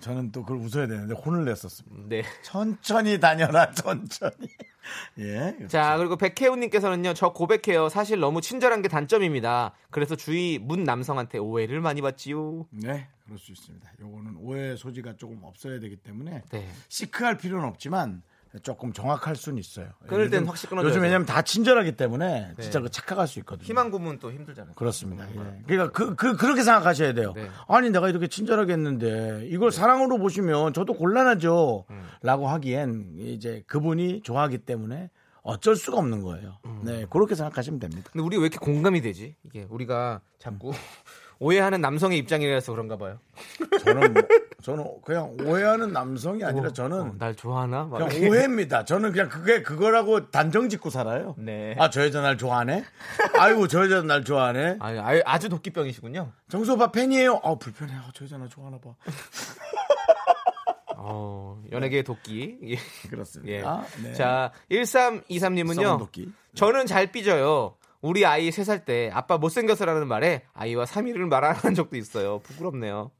Speaker 1: 저는 또 그걸 웃어야 되는데 혼을 냈었습니다.
Speaker 2: 네.
Speaker 1: 천천히 다녀라 천천히 예
Speaker 2: 자, 그리고 백혜우님께서는요, 저 고백해요. 사실 너무 친절한 게 단점입니다. 그래서 주위 문 남성한테 오해를 많이 받지요.
Speaker 1: 네, 그럴 수 있습니다 요거는 오해 소지가 조금 없어야 되기 때문에
Speaker 2: 네.
Speaker 1: 시크할 필요는 없지만 조금 정확할 수는 있어요
Speaker 2: 끊을
Speaker 1: 요즘-
Speaker 2: 땐 확실히 끊어줘야
Speaker 1: 요즘
Speaker 2: 돼요. 네.
Speaker 1: 왜냐면 다 친절하기 때문에 진짜 그 착각할 수 있거든요
Speaker 2: 희망 고문 또 힘들잖아요.
Speaker 1: 그렇습니다 예. 그러니까 그, 그, 그렇게 생각하셔야 돼요
Speaker 2: 네.
Speaker 1: 아니 내가 이렇게 친절하게 했는데 이걸 사랑으로 보시면 저도 곤란하죠 라고 하기엔 이제 그분이 좋아하기 때문에 어쩔 수가 없는 거예요 네 그렇게 생각하시면 됩니다
Speaker 2: 근데 우리 왜 이렇게 공감이 되지? 이게 우리가 자꾸 오해하는 남성의 입장이라서 그런가 봐요.
Speaker 1: 저는 뭐- 저는 그냥 오해하는 남성이 아니라
Speaker 2: 어,
Speaker 1: 저는
Speaker 2: 날 좋아하나? 막
Speaker 1: 그냥
Speaker 2: 이렇게.
Speaker 1: 오해입니다. 저는 그냥 그게 그거라고 단정 짓고 살아요.
Speaker 2: 네.
Speaker 1: 아 저 여자 날 좋아하네. 아이고 저 여자 날 좋아하네.
Speaker 2: 아니, 아유, 아주 도끼병이시군요.
Speaker 1: 정수 오빠 팬이에요. 아 불편해. 아, 저 여자 날 좋아하나 봐.
Speaker 2: 어, 연예계의 도끼. 예.
Speaker 1: 그렇습니다.
Speaker 2: 예.
Speaker 1: 네.
Speaker 2: 자, 1323님은요.
Speaker 1: 썩은 도끼.
Speaker 2: 저는 잘 삐져요. 우리 아이 3살 때 아빠 못생겨서라는 말에 아이와 3일을 말하는 적도 있어요. 부끄럽네요.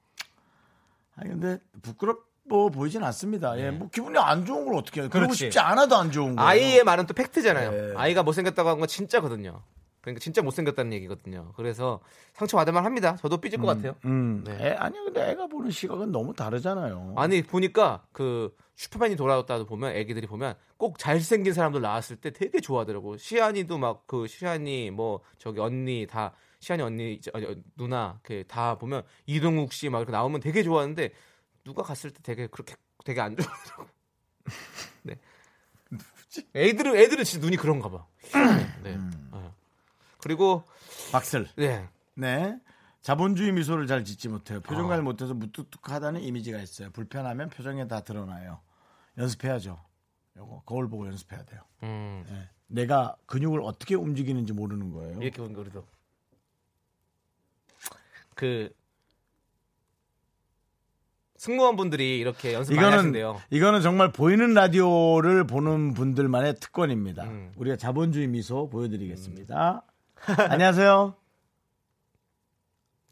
Speaker 1: 아 근데 부끄럽고 보이진 않습니다. 예, 뭐 기분이 안 좋은 걸 어떻게 해요? 그러고
Speaker 2: 그렇지.
Speaker 1: 싶지 않아도 안 좋은 거예요.
Speaker 2: 아이의 말은 또 팩트잖아요.
Speaker 1: 네.
Speaker 2: 아이가 못생겼다고 한 건 진짜거든요. 그러니까 진짜 못생겼다는 얘기거든요. 그래서 상처받을만 합니다. 저도 삐질 것 같아요.
Speaker 1: 음.
Speaker 2: 네.
Speaker 1: 애- 아니 근데 애가 보는 시각은 너무 다르잖아요.
Speaker 2: 어. 아니 보니까 그 슈퍼맨이 돌아왔다도 보면 애기들이 보면 꼭 잘생긴 사람들 나왔을 때 되게 좋아하더라고 시안이도 막 그 시안이 뭐 저기 언니 다 시안이 언니 저, 어, 누나 그 다 보면 이동욱 씨 막 이렇게 나오면 되게 좋아하는데 누가 갔을 때 되게 그렇게 되게 안 좋아하더라고 네 애들은 애들은 진짜 눈이 그런가 봐 네. 어. 그리고
Speaker 1: 박슬.
Speaker 2: 네
Speaker 1: 네. 자본주의 미소를 잘 짓지 못해요. 표정
Speaker 2: 아.
Speaker 1: 관리 못해서 무뚝뚝하다는 이미지가 있어요. 불편하면 표정에 다 드러나요. 연습해야죠. 요거 거울 보고 연습해야 돼요.
Speaker 2: 음,
Speaker 1: 네. 내가 근육을 어떻게 움직이는지 모르는 거예요.
Speaker 2: 이렇게 보니까 우리도 그 승무원 분들이 이렇게 연습 많이
Speaker 1: 이거는
Speaker 2: 하신대요.
Speaker 1: 이거는 정말 보이는 라디오를 보는 분들만의 특권입니다.
Speaker 2: 음.
Speaker 1: 우리가 자본주의 미소 보여드리겠습니다. 안녕하세요.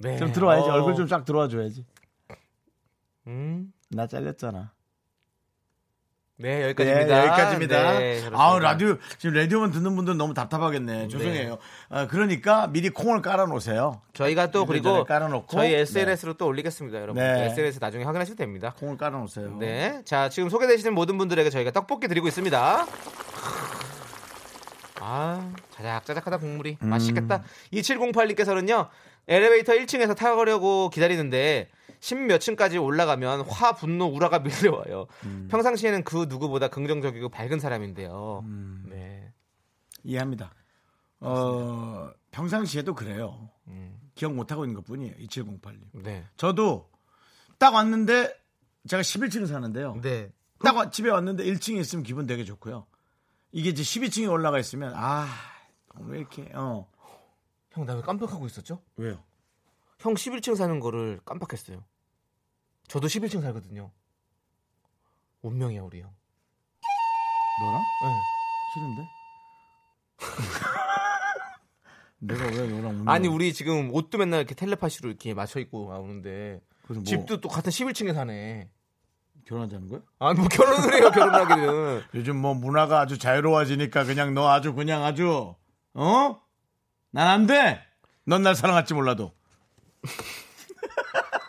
Speaker 2: 네.
Speaker 1: 좀 들어와야지.
Speaker 2: 어.
Speaker 1: 얼굴 좀 쫙 들어와 줘야지.
Speaker 2: 음.
Speaker 1: 나 잘렸잖아.
Speaker 2: 네
Speaker 1: 네,
Speaker 2: 여기까지입니다.
Speaker 1: 여기까지입니다.
Speaker 2: 네, 그렇습니다.
Speaker 1: 아 라디오 지금 라디오만 듣는 분들 너무 답답하겠네. 죄송해요. 아, 그러니까 미리 콩을 깔아놓으세요.
Speaker 2: 저희가 또
Speaker 1: 일주일
Speaker 2: 그리고
Speaker 1: 전에 깔아놓고.
Speaker 2: 저희
Speaker 1: 네.
Speaker 2: SNS로 또 올리겠습니다, 여러분.
Speaker 1: 네.
Speaker 2: SNS 나중에 확인하시면 됩니다.
Speaker 1: 콩을 깔아놓으세요.
Speaker 2: 네, 자 지금 소개되시는 모든 분들에게 저희가 떡볶이 드리고 있습니다. 아, 자작자작하다 국물이 맛있겠다. 2708님께서는요. 엘리베이터 1층에서 타려고 기다리는데 십몇 층까지 올라가면 화, 분노, 우라가 밀려와요. 평상시에는 그 누구보다 긍정적이고 밝은 사람인데요. 네.
Speaker 1: 이해합니다. 어, 평상시에도 그래요.
Speaker 2: 음.
Speaker 1: 기억 못하고 있는 것 뿐이에요. 2708님.
Speaker 2: 네.
Speaker 1: 저도 딱 왔는데 제가 11층 사는데요.
Speaker 2: 네.
Speaker 1: 딱 와- 집에 왔는데 1층에 있으면 기분 되게 좋고요. 이게 이제 12층에 올라가 있으면 아, 왜 이렇게 어.
Speaker 2: 형, 나 왜 깜빡하고 있었죠?
Speaker 1: 왜요?
Speaker 2: 형 11층 사는 거를 깜빡했어요. 저도 11층 살거든요. 운명이야, 우리 형.
Speaker 1: 너랑?
Speaker 2: 네.
Speaker 1: 싫은데? 내가 왜 너랑 운명
Speaker 2: 아니 우리 지금 옷도 맨날 이렇게 텔레파시로 이렇게 맞춰 입고 나오는데
Speaker 1: 그래서 뭐
Speaker 2: 집도 또 같은 11층에 사네.
Speaker 1: 결혼하자는 거야?
Speaker 2: 아니 뭐 결혼을 해요 결혼하기는.
Speaker 1: 요즘 뭐 문화가 아주 자유로워지니까 그냥 너 아주 그냥 아주 어? 난 안 돼. 넌 날 사랑할지 몰라도.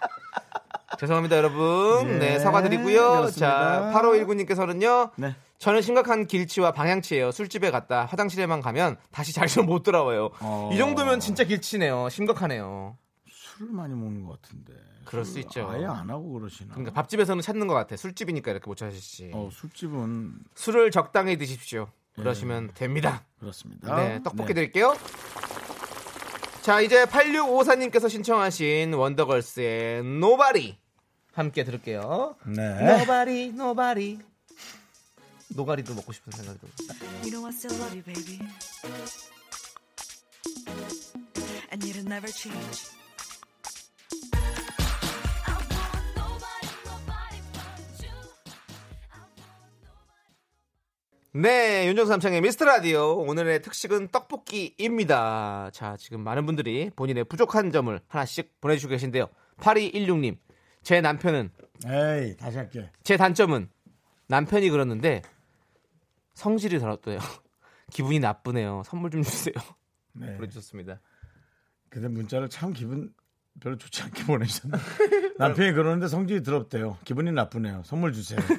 Speaker 2: 죄송합니다 여러분.
Speaker 1: 예,
Speaker 2: 네 사과드리고요.
Speaker 1: 그렇습니다.
Speaker 2: 자 8519님께서는요.
Speaker 1: 네.
Speaker 2: 저는 심각한 길치와 방향치예요. 술집에 갔다 화장실에만 가면 다시 자리로 못 돌아와요.
Speaker 1: 어.
Speaker 2: 이 정도면 진짜 길치네요. 심각하네요.
Speaker 1: 술을 많이 먹는 것 같은데.
Speaker 2: 그럴 수
Speaker 1: 술을
Speaker 2: 있죠.
Speaker 1: 아예 안 하고 그러시나.
Speaker 2: 그러니까 밥집에서는 찾는 것 같아. 술집이니까 이렇게 못 찾으시지.
Speaker 1: 어, 술집은
Speaker 2: 술을 적당히 드십시오. 그러시면 됩니다.
Speaker 1: 그렇습니다.
Speaker 2: 네, 떡볶이 드릴게요. 자, 이제 8654님께서 신청하신 원더걸스의 노바리 함께 들을게요.
Speaker 1: 네.
Speaker 2: 노바리, 노바리. 노가리도 먹고 싶은 생각이 듭니다.
Speaker 6: You know I still love you, baby. And you'll never change.
Speaker 2: 네, 윤정수 삼창의 미스터 라디오 오늘의 특식은 떡볶이입니다. 자, 지금 많은 분들이 본인의 부족한 점을 하나씩 보내주시고 계신데요. 8216님, 제 남편은 네.
Speaker 1: 에이, 다시 할게.
Speaker 2: 제 단점은 남편이 그러는데 성질이 더럽대요. 기분이 나쁘네요. 선물 좀 주세요.
Speaker 1: 네.
Speaker 2: 보내주셨습니다.
Speaker 1: 근데 문자를 참 기분 별로 좋지 않게 보내셨네요. 남편이 그러는데 성질이 더럽대요. 기분이 나쁘네요. 선물 주세요.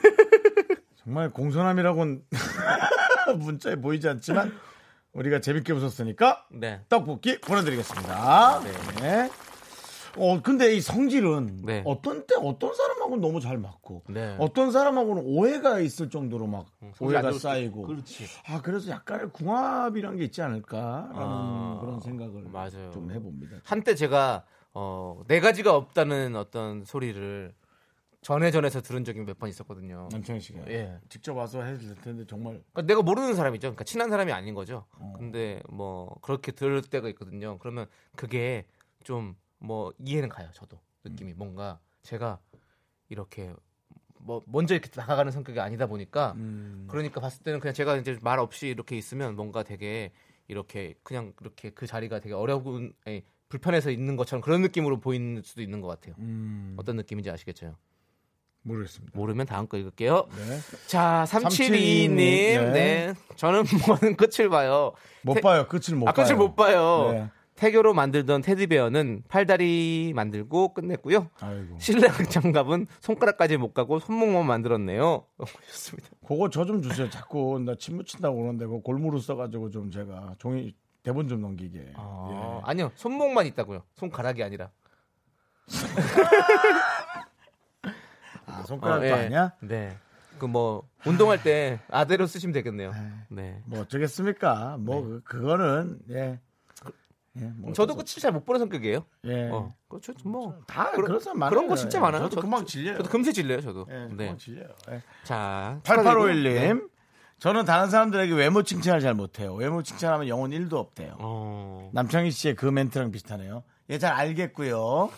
Speaker 1: 정말 공손함이라고는 문자에 보이지 않지만 우리가 재밌게 웃었으니까
Speaker 2: 네.
Speaker 1: 떡볶이 보내드리겠습니다. 네. 어 근데 이 성질은
Speaker 2: 네.
Speaker 1: 어떤 때 어떤 사람하고는 너무 잘 맞고
Speaker 2: 네. 음,
Speaker 1: 어떤 사람하고는 오해가 있을 정도로 막
Speaker 2: 성질 안
Speaker 1: 오해가
Speaker 2: 좋을 수도
Speaker 1: 쌓이고
Speaker 2: 있고. 그렇지.
Speaker 1: 아 그래서 약간의 궁합이란 게 있지 않을까라는
Speaker 2: 아,
Speaker 1: 그런 생각을
Speaker 2: 맞아요.
Speaker 1: 좀 해봅니다.
Speaker 2: 한때 제가 어, 네 가지가 없다는 어떤 소리를 전에 전에서 들은 적이 몇 번 있었거든요.
Speaker 1: 남창희 씨가
Speaker 2: 예.
Speaker 1: 직접 와서 해줄 텐데 정말 어.
Speaker 2: 그러니까 내가 모르는 사람이죠. 그러니까 친한 사람이 아닌 거죠. 근데 뭐 그렇게 들을 때가 있거든요. 그러면 그게 좀 뭐 이해는 가요. 저도
Speaker 1: 음.
Speaker 2: 느낌이 뭔가 제가 이렇게 뭐 먼저 이렇게 나가가는 성격이 아니다 보니까
Speaker 1: 음.
Speaker 2: 그러니까 봤을 때는 그냥 제가 이제 말 없이 이렇게 있으면 뭔가 되게 이렇게 그냥 이렇게 그 자리가 되게 어려운 아니, 불편해서 있는 것처럼 그런 느낌으로 보일 수도 있는 것 같아요.
Speaker 1: 음.
Speaker 2: 어떤 느낌인지 아시겠죠?
Speaker 1: 모르겠습니다.
Speaker 2: 모르면 다음 거 읽을게요.
Speaker 1: 네.
Speaker 2: 자, 3722님.
Speaker 1: 네.
Speaker 2: 네. 저는 뭐는 끝을 봐요.
Speaker 1: 못
Speaker 2: 태-
Speaker 1: 봐요. 끝을 못
Speaker 2: 아,
Speaker 1: 봐요.
Speaker 2: 끝을 못 봐요.
Speaker 1: 네.
Speaker 2: 태교로 만들던 테디베어는 팔다리 만들고 끝냈고요.
Speaker 1: 아이고.
Speaker 2: 신랑 장갑은 손가락까지 못 가고 손목만 만들었네요. 좋습니다.
Speaker 1: 그거 저 좀 주세요. 자꾸 나 침 묻힌다고 그러는데 그거 골무로 써가지고 좀 제가 종이 대본 좀 넘기게.
Speaker 2: 아, 아니요. 손목만 있다고요. 손가락이 아니라.
Speaker 1: 아, 손가락도
Speaker 2: 어, 예.
Speaker 1: 아니야?
Speaker 2: 네. 그 뭐 운동할 때 아대로 쓰시면 되겠네요. 네.
Speaker 1: 뭐 어쩌겠습니까? 뭐 그- 그거는 예. 예, 뭐
Speaker 2: 저도
Speaker 1: 어쩌-
Speaker 2: 끝을 잘 못 보는 성격이에요.
Speaker 1: 예.
Speaker 2: 어. 그렇죠. 뭐
Speaker 1: 다
Speaker 2: 그런-
Speaker 1: 그런 사람 많아요.
Speaker 2: 그런 거 진짜
Speaker 1: 예.
Speaker 2: 많아요.
Speaker 1: 저도
Speaker 2: 저-
Speaker 1: 금방 질려요.
Speaker 2: 저도 금세 질려요, 저도.
Speaker 1: 예,
Speaker 2: 네.
Speaker 1: 금방 질려요. 예.
Speaker 2: 자,
Speaker 1: 8851님. 저는 다른 사람들에게 외모 칭찬을 잘 못해요. 외모 칭찬하면 영혼 1도 없대요.
Speaker 2: 어.
Speaker 1: 남창희 씨의 그 멘트랑 비슷하네요. 얘 잘 알겠고요.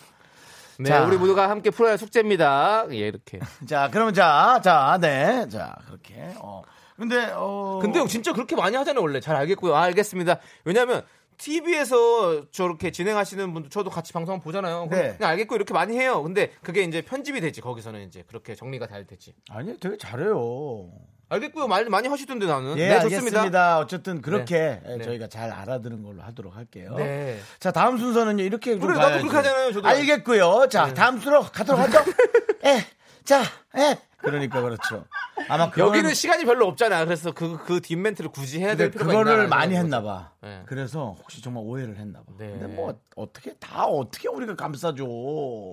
Speaker 2: 네,
Speaker 1: 자.
Speaker 2: 우리 모두가 함께 풀어야 할 숙제입니다. 예, 이렇게.
Speaker 1: 자, 그러면 자, 자, 네, 자 그렇게. 어, 근데 어,
Speaker 2: 근데 형 진짜 그렇게 많이 하잖아요, 원래. 잘 알겠고요. 아, 알겠습니다. 왜냐면 TV에서 저렇게 진행하시는 분들 저도 같이 방송 보잖아요. 그럼
Speaker 1: 네.
Speaker 2: 그냥 알겠고 이렇게 많이 해요. 근데 그게 이제 편집이 되지. 거기서는 이제 그렇게 정리가 잘 되지.
Speaker 1: 아니 되게 잘해요.
Speaker 2: 알겠고요. 말 많이 하시던데 나는.
Speaker 1: 예,
Speaker 2: 네, 좋습니다.
Speaker 1: 알겠습니다. 어쨌든 그렇게 예,
Speaker 2: 네.
Speaker 1: 저희가 잘 알아드는 걸로 하도록 할게요.
Speaker 2: 네.
Speaker 1: 자, 다음 순서는요. 이렇게 좀
Speaker 2: 그래, 나도
Speaker 1: 가야죠.
Speaker 2: 그렇게 하잖아요, 저도. 네.
Speaker 1: 알겠고요. 자, 다음 순서 가도록 하죠. 예, 자, 예. 그러니까 그렇죠. 아마 그건-
Speaker 2: 여기는 시간이 별로 없잖아. 그래서 그, 그 뒷멘트를 굳이 해야
Speaker 1: 근데
Speaker 2: 될 필요가
Speaker 1: 네, 그거를
Speaker 2: 있나?
Speaker 1: 많이 했나 봐.
Speaker 2: 네.
Speaker 1: 그래서 혹시 정말 오해를 했나 봐.
Speaker 2: 네.
Speaker 1: 근데 뭐 어떻게 다 어떻게 우리가 감싸줘.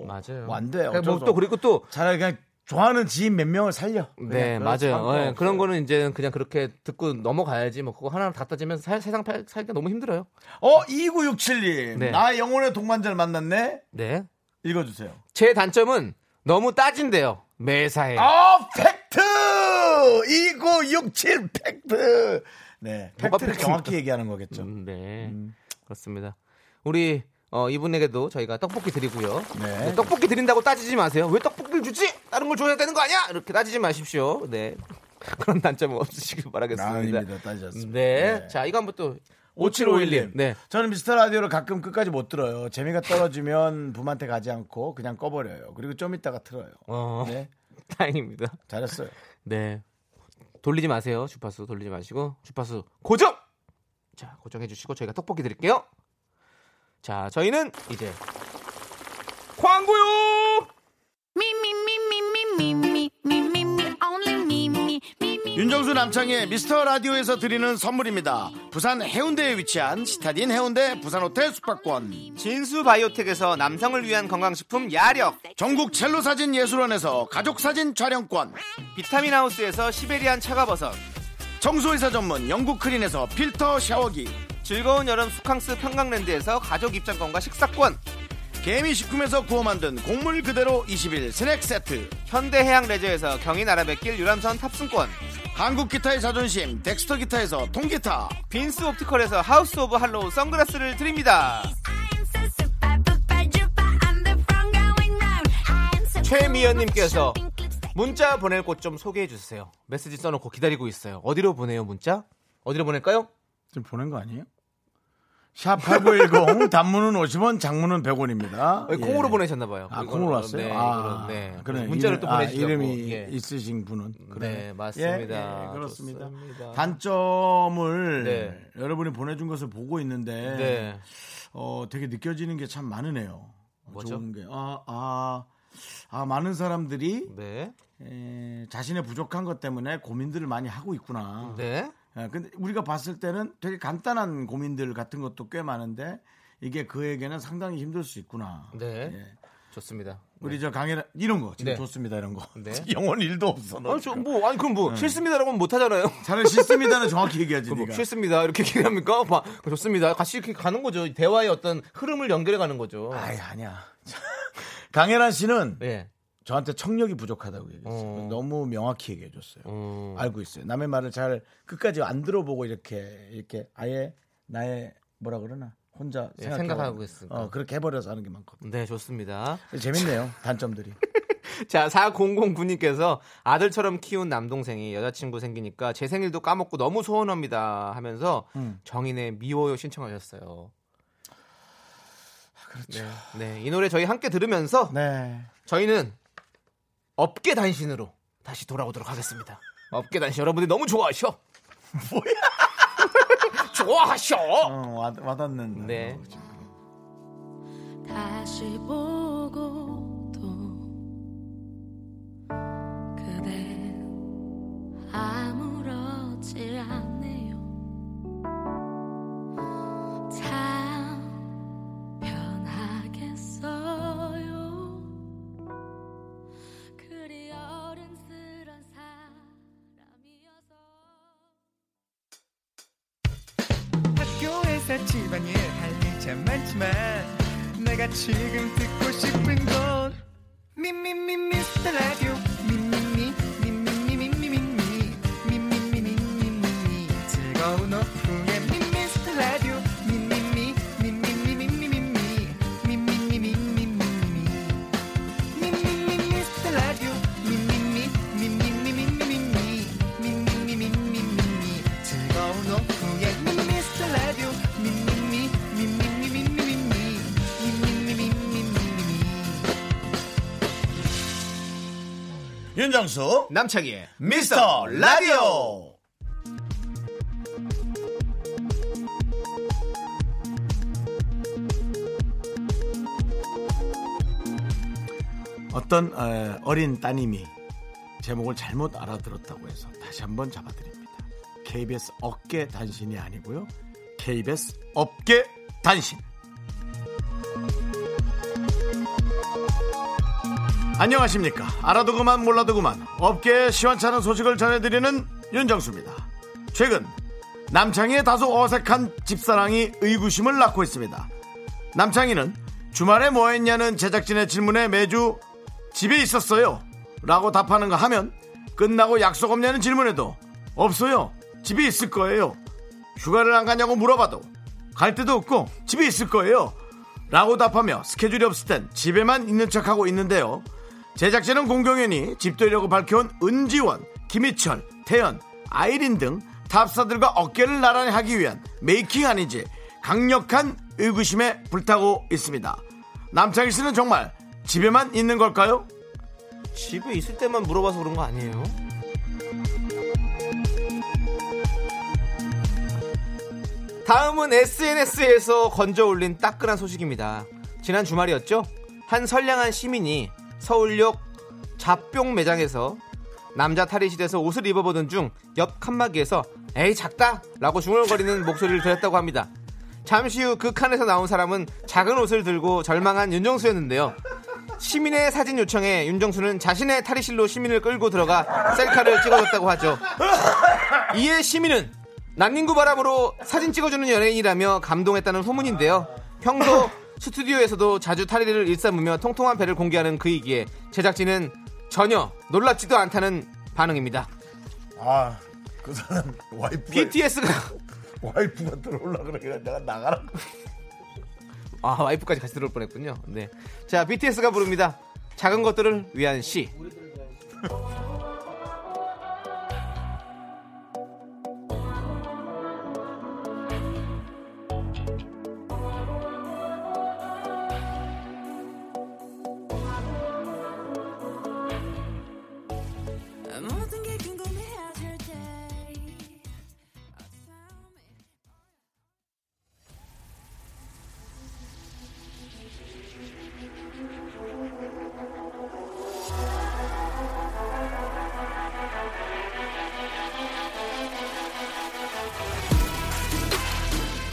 Speaker 2: 맞아요.
Speaker 1: 뭐안 돼.
Speaker 2: 그러니까
Speaker 1: 어쩔
Speaker 2: 뭐
Speaker 1: 수
Speaker 2: 또
Speaker 1: 없-
Speaker 2: 그리고 또
Speaker 1: 차라리 그냥 좋아하는 지인 몇 명을 살려.
Speaker 2: 네,
Speaker 1: 그냥
Speaker 2: 맞아요.
Speaker 1: 상관없어.
Speaker 2: 예, 그런 거는 이제 그냥 그렇게 듣고 넘어가야지. 뭐 그거 하나를 다 따지면서 살- 세상 팔- 살기가 너무 힘들어요.
Speaker 1: 어, 2967님.
Speaker 2: 네.
Speaker 1: 나 영혼의 동반자를 만났네.
Speaker 2: 네.
Speaker 1: 읽어 주세요.
Speaker 2: 제 단점은 너무 따진대요. 매사에.
Speaker 1: 아, 팩트! 2967 팩트. 네.
Speaker 2: 뭐가
Speaker 1: 팩트를
Speaker 2: 팩트입니까?
Speaker 1: 정확히 얘기하는 거겠죠.
Speaker 2: 음, 네. 그렇습니다. 우리 어, 이분에게도 저희가 떡볶이 드리고요.
Speaker 1: 네.
Speaker 2: 네, 떡볶이 드린다고 따지지 마세요. 왜 떡볶이를 주지? 다른 걸 줘야 되는 거 아니야? 이렇게 따지지 마십시오. 네. 그런 단점은 없으시길 바라겠습니다.
Speaker 1: 아닙니다. 따졌습니다.
Speaker 2: 네. 자, 이거 한번 또
Speaker 1: 5751님.
Speaker 2: 네.
Speaker 1: 저는 미스터 라디오를 가끔 끝까지 못 들어요. 재미가 떨어지면 붐한테 가지 않고 그냥 꺼버려요. 그리고 좀 이따가 틀어요.
Speaker 2: 어,
Speaker 1: 네.
Speaker 2: 다행입니다.
Speaker 1: 잘했어요.
Speaker 2: 네. 돌리지 마세요. 주파수 돌리지 마시고 주파수 고정. 자, 고정해 주시고 저희가 떡볶이 드릴게요. 자, 저희는 이제 광고요.
Speaker 1: 윤정수 남창의 미스터 라디오에서 드리는 선물입니다. 부산 해운대에 위치한 시타딘 해운대 부산 호텔 숙박권.
Speaker 2: 진수 바이오텍에서 남성을 위한 건강식품 야력,
Speaker 1: 전국 첼로 사진 예술원에서 가족 사진 촬영권.
Speaker 2: 비타민 하우스에서 시베리안 차가버섯,
Speaker 1: 청소회사 전문 영국 크린에서 필터 샤워기.
Speaker 2: 즐거운 여름 수캉스 평강랜드에서 가족 입장권과 식사권,
Speaker 1: 개미식품에서 구워 만든 곡물 그대로 20일 스낵 세트.
Speaker 2: 현대해양 레저에서 경인아라뱃길 유람선 탑승권,
Speaker 1: 한국 기타의 자존심 덱스터 기타에서 통기타.
Speaker 2: 빈스 옵티컬에서 하우스 오브 할로우 선글라스를 드립니다. 최미연님께서 문자 보낼 곳 좀 소개해 주세요. 메시지 써놓고 기다리고 있어요. 어디로 보내요 문자? 어디로 보낼까요?
Speaker 1: 지금 보낸 거 아니에요? 샵8910 단문은 50원 장문은 100원입니다.
Speaker 2: 어, 콩으로 보내셨나봐요.
Speaker 1: 예. 아, 콩으로 왔어요?
Speaker 2: 네,
Speaker 1: 아,
Speaker 2: 이거는, 네.
Speaker 1: 그러네.
Speaker 2: 문자를 또
Speaker 1: 이름- 아,
Speaker 2: 보내주시고 예.
Speaker 1: 이름이 있으신 분은.
Speaker 2: 네, 맞습니다.
Speaker 1: 예, 예, 그렇습니다.
Speaker 2: 좋습니다.
Speaker 1: 단점을
Speaker 2: 네.
Speaker 1: 여러분이 보내준 것을 보고 있는데
Speaker 2: 네.
Speaker 1: 어, 되게 느껴지는 게 참 많으네요.
Speaker 2: 뭐죠?
Speaker 1: 좋은 게. 아, 아, 아, 많은 사람들이
Speaker 2: 네.
Speaker 1: 에, 자신의 부족한 것 때문에 고민들을 많이 하고 있구나.
Speaker 2: 네.
Speaker 1: 예, 근데 우리가 봤을 때는 되게 간단한 고민들 같은 것도 꽤 많은데 이게 그에게는 상당히 힘들 수 있구나.
Speaker 2: 네.
Speaker 1: 예.
Speaker 2: 좋습니다.
Speaker 1: 우리 저 강해라 이런 거 지금
Speaker 2: 네.
Speaker 1: 좋습니다 이런 거.
Speaker 2: 네.
Speaker 1: 영원 일도 없어. 너.
Speaker 2: 아니, 저, 뭐, 아니, 그럼 뭐,
Speaker 1: 예.
Speaker 2: 싫습니다라고 하면 못하잖아요.
Speaker 1: 차라리 싫습니다는 정확히 얘기하지.
Speaker 2: 그럼 뭐,
Speaker 1: 네가.
Speaker 2: 싫습니다. 이렇게 얘기합니까? 막, 좋습니다. 같이 이렇게 가는 거죠. 대화의 어떤 흐름을 연결해 가는 거죠.
Speaker 1: 아이 아니야. 강혜란 씨는
Speaker 2: 네.
Speaker 1: 저한테 청력이 부족하다고 얘기했어요.
Speaker 2: 어.
Speaker 1: 너무 명확히 얘기해줬어요.
Speaker 2: 어.
Speaker 1: 알고 있어요. 남의 말을 잘 끝까지 안 들어보고 이렇게 이렇게 아예 나의 뭐라 그러나 혼자
Speaker 2: 예,
Speaker 1: 생각해보고.
Speaker 2: 생각하고 있으니까.
Speaker 1: 어, 그렇게 해버려서 하는 게 많거든.
Speaker 2: 네, 좋습니다.
Speaker 1: 재밌네요 단점들이.
Speaker 2: 자, 4009님께서 아들처럼 키운 남동생이 여자친구 생기니까 제 생일도 까먹고 너무 소원합니다 하면서
Speaker 1: 음.
Speaker 2: 정인의 미워요 신청하셨어요. 그렇죠. 네, 네, 이 노래 저희 함께 들으면서
Speaker 1: 아, 네.
Speaker 2: 저희는 업계 단신으로 다시 돌아오도록 하겠습니다. 업계 단신 여러분들 너무 좋아하셔. 뭐야? 좋아하셔.
Speaker 1: 어, 와, 와닿는다. 어,
Speaker 2: 네.
Speaker 4: 다시 보고 또 그대 아무렇지 않네요 참 편하겠어요 그리 어른스런 사람이어서
Speaker 5: 학교에서 집안일 할 일 참 많지만 내가 지금 듣고 싶은 건 미미미 미스터 라디오 미미미 미미미미미미 미미미미미미 즐거운 오후에 미스터 라디오 미미미 미미미미미미 미미미미미미 미미미 미스터 라디오 미미미 미미미미미미 미미미미미미 즐거운 오후에 미스터 라디오 미미미 미미미미미미 미미미미미미
Speaker 1: 윤정수
Speaker 2: 남창희의
Speaker 1: 예, 미스터 라디오. 어떤 어, 어린 따님이 제목을 잘못 알아들었다고 해서 다시 한번 잡아드립니다. KBS 어깨 단신이 아니고요. KBS 업계 단신. 안녕하십니까. 알아도 그만 몰라도 그만 업계의 시원찮은 소식을 전해드리는 윤정수입니다. 최근 남창희의 다소 어색한 집사랑이 의구심을 낳고 있습니다. 남창희는 주말에 뭐 했냐는 제작진의 질문에 매주 집에 있었어요. 라고 답하는가 하면 끝나고 약속 없냐는 질문에도 없어요. 집에 있을 거예요. 휴가를 안 가냐고 물어봐도 갈 데도 없고 집에 있을 거예요. 라고 답하며 스케줄이 없을 땐 집에만 있는 척하고 있는데요. 제작진은 공경연이 집돌이라고 밝혀온 은지원, 김희철, 태연, 아이린 등 탑스타들과 어깨를 나란히 하기 위한 메이킹 아닌지 강력한 의구심에 불타고 있습니다. 남창희 씨는 정말 집에만 있는 걸까요?
Speaker 2: 집에 있을 때만 물어봐서 그런 거 아니에요? 다음은 SNS에서 건져 올린 따끈한 소식입니다. 지난 주말이었죠? 한 선량한 시민이 서울역 잡병 매장에서 남자 탈의실에서 옷을 입어보던 중 옆 칸막이에서 에이 작다! 라고 중얼거리는 목소리를 들었다고 합니다. 잠시 후 그 칸에서 나온 사람은 작은 옷을 들고 절망한 윤정수였는데요. 시민의 사진 요청에 윤정수는 자신의 탈의실로 시민을 끌고 들어가 셀카를 찍어줬다고 하죠. 이에 시민은 난닝구 바람으로 사진 찍어주는 연예인이라며 감동했다는 소문인데요. 평소 스튜디오에서도 자주 탈의를 일삼으며 통통한 배를 공개하는 그이기에 제작진은 전혀 놀랍지도 않다는 반응입니다.
Speaker 1: 아, 그 사람 와이프가,
Speaker 2: BTS가
Speaker 1: 와이프가 들어올라 그러니까 내가 나가라.
Speaker 2: 아 와이프까지 같이 들어올 뻔했군요. 네, 자 BTS가 부릅니다. 작은 것들을 위한 시.
Speaker 6: 모든 게 궁금해질 때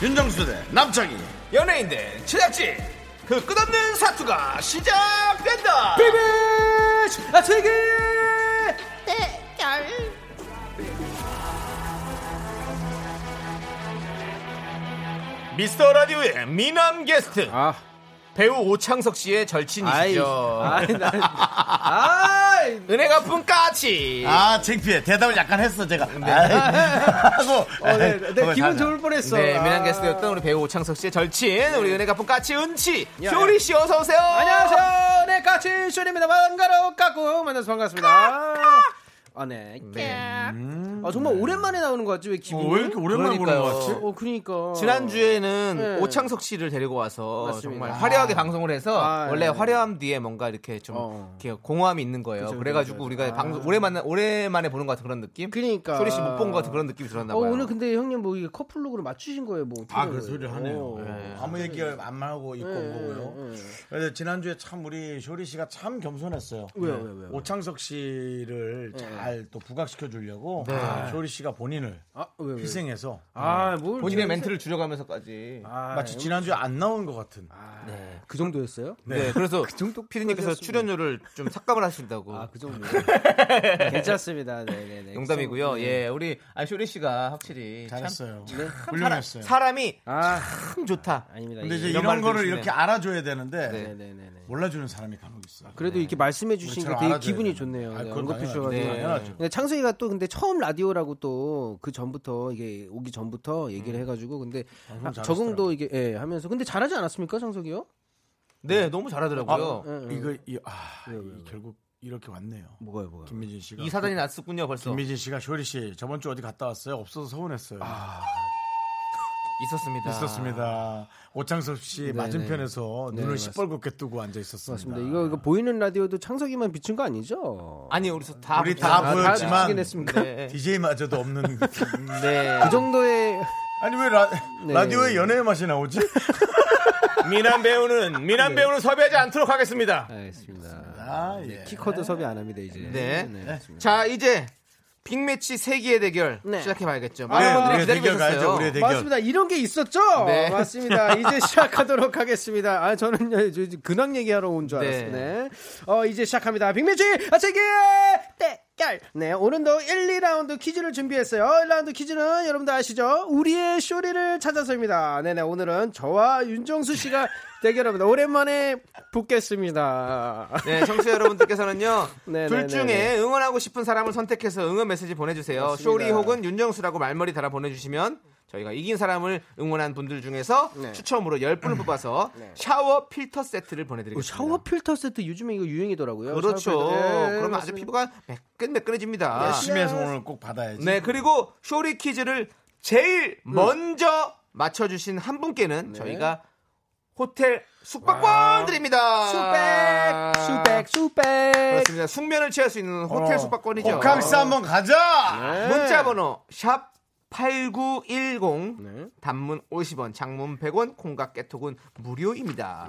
Speaker 1: 윤정수 대 남창희.
Speaker 2: 연예인들 제작진 그 끝없는 사투가 시작된다 비비치 아 세계 미스터 라디오의 미남 게스트 배우 오창석 씨의 절친이시죠 은혜 갚은 까치
Speaker 1: 아, 창피해. 대답을 약간 했어, 제가. 아이, 하고. 하고
Speaker 7: 어, 네, 기분
Speaker 1: 자자.
Speaker 7: 좋을 뻔했어. 아.
Speaker 2: 네, 미남 게스트였던 우리 배우 오창석 씨의 절친, 우리 은혜 갚은 까치 은치, 쇼리 씨 어서 오세요.
Speaker 7: 안녕하세요. 네, 까치 쇼리입니다. 반가워, 까꿍. 만나서 반갑습니다. 아, 네.
Speaker 2: 네.
Speaker 7: 아, 정말 오랜만에 나오는 것 같지? 왜 기분이?
Speaker 1: 어, 왜 이렇게 오랜만에 보는
Speaker 2: 그러니까요.
Speaker 1: 것 같지?
Speaker 7: 어, 그러니까.
Speaker 2: 지난주에는
Speaker 7: 네.
Speaker 2: 오창석 씨를 데리고 와서
Speaker 7: 맞습니다.
Speaker 2: 정말 화려하게 방송을 해서
Speaker 7: 아, 네.
Speaker 2: 원래 화려함 뒤에 뭔가 이렇게 좀
Speaker 7: 어.
Speaker 2: 이렇게 공허함이 있는 거예요.
Speaker 7: 그죠,
Speaker 2: 그래가지고
Speaker 7: 그죠,
Speaker 2: 우리가
Speaker 7: 그죠.
Speaker 2: 방송 오랜만에 오랜만에 보는 것 같은 그런
Speaker 7: 아.
Speaker 2: 느낌.
Speaker 7: 그러니까.
Speaker 2: 소리 씨 못 본 것 같은 그런 느낌이 들었나
Speaker 7: 어,
Speaker 2: 봐요.
Speaker 7: 오늘 근데 형님 뭐 이게 커플룩으로 맞추신 거예요, 뭐. 어떻게
Speaker 1: 아,
Speaker 7: 된
Speaker 1: 그
Speaker 7: 거예요?
Speaker 1: 소리를 하네요.
Speaker 7: 어.
Speaker 1: 예. 아무 얘기 안 하고 있고
Speaker 7: 네.
Speaker 1: 거고요. 그래서 지난주에 참 우리 쇼리 씨가 참 겸손했어요. 네.
Speaker 7: 왜요, 왜요, 네. 왜요?
Speaker 1: 오창석 씨를 잘 또 부각시켜 주려고 쇼리 씨가 본인을
Speaker 7: 네. 아, 왜, 왜?
Speaker 1: 희생해서
Speaker 7: 아, 뭘.
Speaker 2: 본인의
Speaker 7: 저렇게-
Speaker 2: 멘트를 줄여가면서까지.
Speaker 7: 아,
Speaker 1: 마치 지난주에 안 나온 것 같은.
Speaker 7: 네. 그 정도였어요?
Speaker 2: 네. 그래서 피디님께서 출연료를 좀 삭감을 하신다고.
Speaker 7: 아, 그 정도. 괜찮습니다. 네, 네, 네.
Speaker 2: 농담이고요. 예, 우리 아 쇼리 씨가 확실히 참
Speaker 1: 잘했어요.
Speaker 7: 네,
Speaker 1: 훌륭했어요.
Speaker 2: 사람이
Speaker 7: 아,
Speaker 2: 참 좋다.
Speaker 7: 아닙니다.
Speaker 1: 근데
Speaker 7: 예.
Speaker 1: 이제
Speaker 2: 이런
Speaker 1: 이런,
Speaker 2: 말을
Speaker 1: 거를
Speaker 2: 들으시네.
Speaker 1: 이렇게 알아줘야 되는데
Speaker 7: 네, 네, 네, 네.
Speaker 1: 몰라주는 사람이 간혹 있어.
Speaker 7: 그래도 이렇게 말씀해 주시니까
Speaker 1: 우리처럼
Speaker 7: 되게
Speaker 1: 네. 알아줘야
Speaker 7: 기분이
Speaker 1: 되는.
Speaker 7: 좋네요.
Speaker 1: 아,
Speaker 7: 네,
Speaker 1: 그건
Speaker 7: 언급해
Speaker 1: 당연하죠.
Speaker 7: 주셔가지고.
Speaker 2: 네.
Speaker 1: 당연하죠.
Speaker 7: 근데 창석이가 또 근데 처음 라디오라고 또 그 전부터 이게 오기 전부터 얘기를 해가지고 근데 음. 아,
Speaker 1: 잘하시더라고요.
Speaker 7: 적응도 이게 예, 하면서 근데 잘하지 않았습니까 창석이요?
Speaker 2: 네, 너무 잘하더라고요.
Speaker 7: 네,
Speaker 1: 이거 이, 아, 이 결국 이렇게 왔네요.
Speaker 7: 뭐가요, 뭐가?
Speaker 1: 김민진 씨가
Speaker 2: 이 사단이 났었군요 벌써.
Speaker 1: 김민진 씨가 쇼리 씨 저번 주 어디 갔다 왔어요? 없어서 서운했어요.
Speaker 7: 아.
Speaker 2: 있었습니다.
Speaker 1: 있었습니다. 오창섭 씨
Speaker 7: 네,
Speaker 1: 맞은편에서 눈을 시뻘겋게 뜨고 앉아 있었습니다.
Speaker 7: 맞습니다. 이거 이거 보이는 라디오도 창석이만 비춘 거 아니죠?
Speaker 2: 아니 우리 다
Speaker 1: 우리
Speaker 2: 보셨어요.
Speaker 1: 다
Speaker 7: 아, 다
Speaker 1: 보였지만
Speaker 7: 비추긴 했습니까?
Speaker 2: 네.
Speaker 1: DJ마저도 없는
Speaker 2: 네.
Speaker 7: 그 정도의
Speaker 1: 아니 왜 라, 라디오에 연애의 맛이 나오지?
Speaker 2: 네. 미남 배우는 미남 배우는 섭외하지 않도록 하겠습니다.
Speaker 7: 알겠습니다.
Speaker 1: 합니다. 예.
Speaker 7: 키커드 섭외 안 합니다 이제.
Speaker 2: 네.
Speaker 7: 그렇습니다.
Speaker 2: 자 이제 빅매치 세기의 대결
Speaker 7: 네.
Speaker 2: 시작해봐야겠죠.
Speaker 1: 우리
Speaker 2: 많은
Speaker 1: 우리의
Speaker 2: 분들이 기다리고
Speaker 1: 대결 가야죠.
Speaker 2: 계셨어요.
Speaker 1: 우리의 대결.
Speaker 7: 맞습니다. 이런 게 있었죠?
Speaker 2: 네.
Speaker 7: 맞습니다. 이제 시작하도록 하겠습니다. 아, 저는 저, 저 근황 얘기하러 온 줄
Speaker 2: 네.
Speaker 7: 알았습니다. 네. 어, 이제 시작합니다. 빅매치 아체기 대결. 네, 오늘도 1, 2라운드 퀴즈를 준비했어요. 1라운드 퀴즈는 여러분들 아시죠? 우리의 쇼리를 찾아서입니다. 네네, 오늘은 저와 윤정수 씨가 대결합니다. 오랜만에 붙겠습니다.
Speaker 2: 네, 청취자 여러분들께서는요.
Speaker 7: 네, 네,
Speaker 2: 둘
Speaker 7: 네, 네.
Speaker 2: 중에 응원하고 싶은 사람을 선택해서 응원 메시지 보내주세요.
Speaker 7: 맞습니다.
Speaker 2: 쇼리 혹은 윤정수라고 말머리 달아 보내주시면 저희가 이긴 사람을 응원한 분들 중에서
Speaker 7: 네.
Speaker 2: 추첨으로 10분을 뽑아서 샤워 필터 세트를 보내드리겠습니다.
Speaker 7: 그 샤워 필터 세트 요즘에 이거 유행이더라고요.
Speaker 2: 그렇죠.
Speaker 7: 샤워 필터. 네,
Speaker 2: 그러면 아주
Speaker 7: 맞습니다. 네,
Speaker 2: 피부가 매끈매끈해집니다.
Speaker 1: 열심히 해서 오늘 꼭 받아야지.
Speaker 2: 네, 그리고 쇼리 퀴즈를 제일 먼저 맞춰주신 한 분께는 저희가 호텔 숙박권 드립니다.
Speaker 7: 수백, 수백, 수백.
Speaker 2: 그렇습니다. 숙면을 취할 수 있는 호텔 숙박권이죠.
Speaker 1: 호캉스 한번 가자.
Speaker 2: 네. 문자번호 샵 8910 단문 50원, 장문 100원, 콩과 깨톡은 무료입니다.